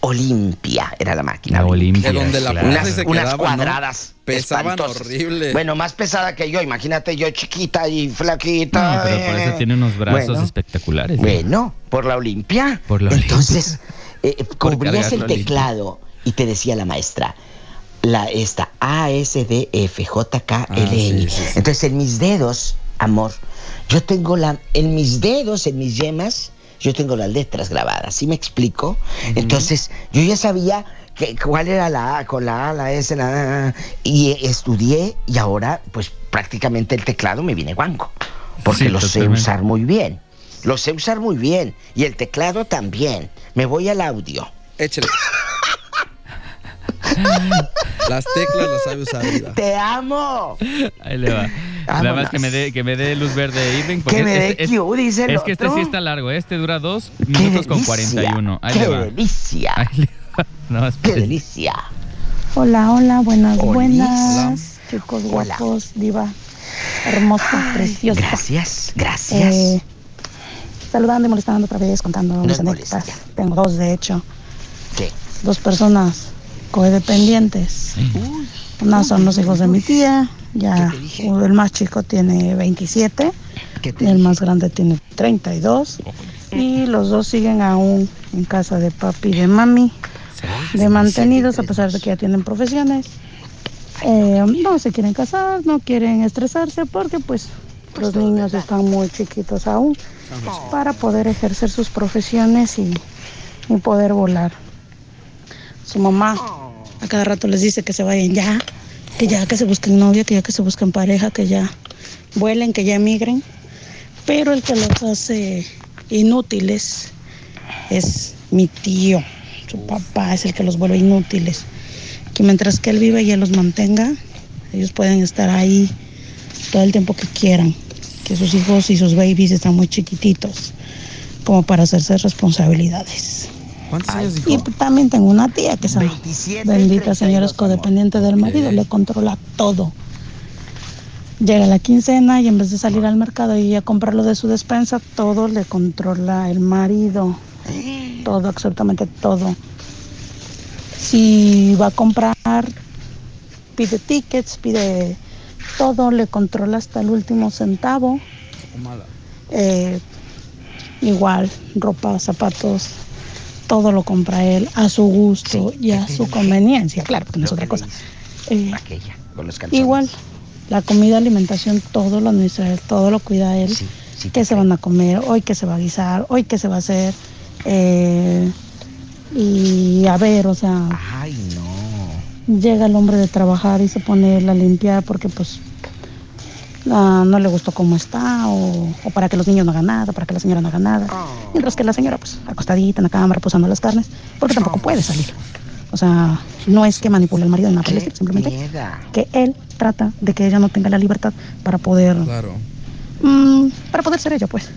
Speaker 7: Olimpia, era la máquina.
Speaker 3: La Olimpia.
Speaker 11: De donde la
Speaker 3: claro.
Speaker 11: punta
Speaker 7: Unas,
Speaker 11: se
Speaker 7: unas
Speaker 11: quedaba, ¿no?
Speaker 7: cuadradas.
Speaker 11: Pesaban
Speaker 7: espantosas.
Speaker 11: horrible.
Speaker 7: Bueno, más pesada que yo, imagínate yo chiquita y flaquita.
Speaker 3: No, pero por
Speaker 7: eh.
Speaker 3: eso tiene unos brazos
Speaker 7: Bueno,
Speaker 3: espectaculares.
Speaker 7: Bueno, por la Olimpia.
Speaker 3: Por la
Speaker 7: Entonces, eh, cubrías
Speaker 3: cargar
Speaker 7: el
Speaker 3: la Olimpia.
Speaker 7: teclado y te decía la maestra. La esta, A, S, D, F, J, K, L,
Speaker 11: Ah, sí,
Speaker 7: N.
Speaker 11: sí, sí.
Speaker 7: Entonces, en mis dedos, amor, yo tengo la. En mis dedos, en mis yemas, yo tengo las letras grabadas. ¿Sí me explico? Entonces, yo ya sabía que, cuál era la A, con la A, la S, la A. Y eh, estudié y ahora, pues prácticamente el teclado me viene guango. Porque
Speaker 3: Sí,
Speaker 7: lo sé
Speaker 3: totalmente.
Speaker 7: usar muy bien. Lo sé usar muy bien. Y el teclado también. Me voy al audio.
Speaker 11: Échale. las teclas las sabe usar. Diva.
Speaker 7: ¡Te amo!
Speaker 3: Ahí le va. Nada
Speaker 7: Vámonos.
Speaker 3: más que me dé que me dé luz verde Irving porque
Speaker 7: Que me dé
Speaker 3: este, este-
Speaker 7: cue, dice el
Speaker 3: Es que este
Speaker 7: otro.
Speaker 3: sí está largo, este dura 2
Speaker 7: ¡Qué
Speaker 3: minutos con
Speaker 7: delicia!
Speaker 3: 41. Ahí
Speaker 7: ¡Qué
Speaker 3: le va.
Speaker 7: delicia!
Speaker 3: Ahí le va. No,
Speaker 7: ¡Qué
Speaker 3: espérate.
Speaker 7: delicia!
Speaker 12: Hola, hola, buenas,
Speaker 7: Hola.
Speaker 12: buenas, chicos
Speaker 7: Hola.
Speaker 12: guapos, diva, hermosa, preciosa.
Speaker 7: Gracias, gracias.
Speaker 12: Eh, saludando y molestando otra vez, contando
Speaker 7: No
Speaker 12: mis
Speaker 7: es molestia.
Speaker 12: anécdotas. Tengo dos, de hecho,
Speaker 7: ¿Qué?
Speaker 12: dos personas codependientes. Una son los hijos de mi tía, ya
Speaker 7: ¿Qué te dije?
Speaker 12: el más chico tiene 27
Speaker 7: ¿Qué te
Speaker 12: y el
Speaker 7: dije?
Speaker 12: más grande tiene 32. Y los dos siguen aún en casa de papi y de mami de mantenidos a pesar de que ya tienen profesiones. Eh, no se quieren casar, no quieren estresarse porque pues los niños están muy chiquitos aún para poder ejercer sus profesiones y, y poder volar. Su mamá a cada rato les dice que se vayan ya, que ya que se busquen novia, que ya que se busquen pareja, que ya vuelen, que ya emigren. Pero el que los hace inútiles es mi tío. Su papá es el que los vuelve inútiles. Que mientras que él vive y él los mantenga, ellos pueden estar ahí todo el tiempo que quieran. Que sus hijos y sus babies están muy chiquititos como para hacerse responsabilidades.
Speaker 11: ¿Cuántos años dijo?
Speaker 12: Y también tengo una tía que esa
Speaker 7: 27 y
Speaker 12: bendita señora
Speaker 7: 32,
Speaker 12: es codependiente del marido, le controla todo. Llega la quincena y en vez de salir al mercado y a comprar lo de su despensa, todo le controla el marido. Todo, absolutamente todo. Si va a comprar, pide tickets, pide todo, le controla hasta el último centavo. Eh, igual, ropa, zapatos, todo lo compra él a su gusto y a su conveniencia, claro, porque no es
Speaker 7: Lo
Speaker 12: otra
Speaker 7: que
Speaker 12: cosa.
Speaker 7: le hice,
Speaker 12: Eh,
Speaker 7: Aquella, con los calzones.
Speaker 12: igual, la comida, alimentación, todo lo administra él, todo lo cuida él.
Speaker 7: Sí, sí,
Speaker 12: ¿Qué se van a comer? ¿Hoy qué se va a guisar? ¿Hoy qué se va a hacer? Eh, y a ver, o sea,
Speaker 7: Ay, no.
Speaker 12: llega el hombre de trabajar y se pone él a limpiar porque pues ah, no le gustó cómo está o, o para que los niños no hagan nada, para que la señora no haga nada. Mientras que la señora pues acostadita en la cámara posando las carnes porque tampoco puede salir. O sea, no es que manipule al marido en la película, simplemente que él trata de que ella no tenga la libertad para poder
Speaker 11: Claro.
Speaker 12: mm, para poder ser ella, pues.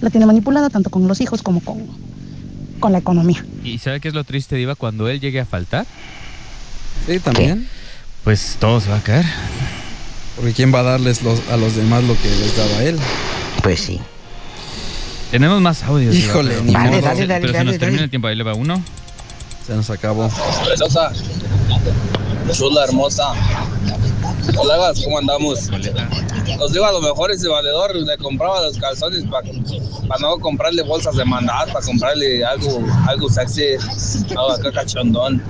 Speaker 12: La tiene manipulada tanto con los hijos como con, con la economía.
Speaker 3: ¿Y sabe qué es lo triste, Diva? Cuando él llegue a faltar,
Speaker 11: Sí, también.
Speaker 3: pues todo se va a caer.
Speaker 11: Porque quién va a darles los- a los demás lo que les daba a él.
Speaker 7: Pues sí.
Speaker 3: Tenemos más audios. Diva,
Speaker 11: Híjole,
Speaker 3: pero-
Speaker 11: ni Dale, modo. dale,
Speaker 3: pero
Speaker 11: dale,
Speaker 3: se
Speaker 11: dale,
Speaker 3: nos termina
Speaker 11: dale.
Speaker 3: el tiempo. Ahí le va uno.
Speaker 11: Se nos acabó.
Speaker 13: Sosa, chula hermosa. Hola, gas, ¿cómo andamos? Os digo, a lo mejor ese valedor le compraba los calzones para no comprarle bolsas de mandadas, para comprarle algo, algo sexy, algo acá cachondón.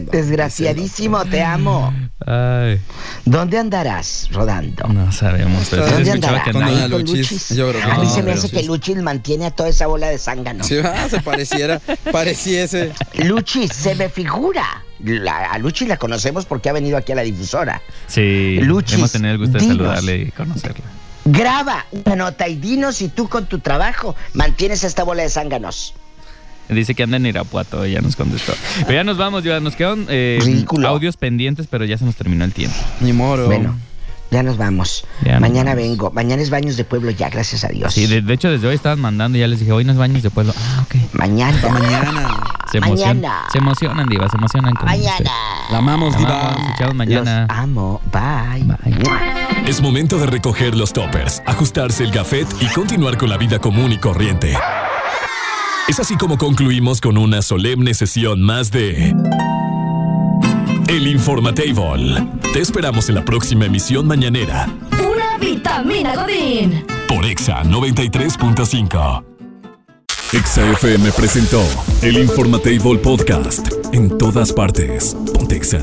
Speaker 7: Desgraciadísimo, te amo.
Speaker 3: Ay.
Speaker 7: ¿Dónde andarás rodando?
Speaker 3: No sabemos. pero sí se
Speaker 7: ¿Dónde
Speaker 3: escuchaba
Speaker 7: andará?
Speaker 3: que
Speaker 7: Con
Speaker 3: andaba.
Speaker 7: Doña Luchis.
Speaker 11: Yo creo que
Speaker 7: A mí
Speaker 11: no,
Speaker 7: se me
Speaker 11: pero
Speaker 7: hace
Speaker 11: sí.
Speaker 7: que Luchis mantiene a toda esa bola de zángano.
Speaker 11: Sí, ah, se pareciera, pareciese.
Speaker 7: Luchis, se me figura. La- a Luchis la conocemos porque ha venido aquí a la difusora.
Speaker 3: Sí,
Speaker 7: Luchis,
Speaker 3: hemos tenido el gusto de
Speaker 7: dinos.
Speaker 3: saludarle y conocerle.
Speaker 7: Graba una nota y dinos si tú con tu trabajo mantienes esta bola de zánganos.
Speaker 3: Dice que anda en Irapuato, ya nos contestó. Pero ya nos vamos, ya nos quedan eh, audios pendientes, pero ya se nos terminó el tiempo.
Speaker 11: Ni moro.
Speaker 7: Bueno, ya nos vamos.
Speaker 3: Ya nos
Speaker 7: Mañana
Speaker 3: vamos.
Speaker 7: vengo. Mañana es Baños de Pueblo ya, gracias a Dios.
Speaker 3: Sí, de, de hecho desde hoy estaban mandando y ya les dije, hoy nos baños de pueblo. Ah, ok.
Speaker 7: Mañana.
Speaker 11: Mañana.
Speaker 3: Se emocionan,
Speaker 7: Mañana.
Speaker 3: se emocionan, Diva, se emocionan. con
Speaker 7: Mañana.
Speaker 3: usted. Ah,
Speaker 11: La amamos,
Speaker 3: La
Speaker 11: Diva.
Speaker 3: amamos, escuchamos mañana.
Speaker 7: Los amo, bye.
Speaker 1: Es momento de recoger los toppers, ajustarse el gafet y continuar con la vida común y corriente. Es así como concluimos con una solemne sesión más de El Informatable. Te esperamos en la próxima emisión mañanera
Speaker 5: Pura vitamina Godín.
Speaker 1: por Exa 93.5. Exa FM presentó El Informatable Podcast. En todas partes. Ponte Exa.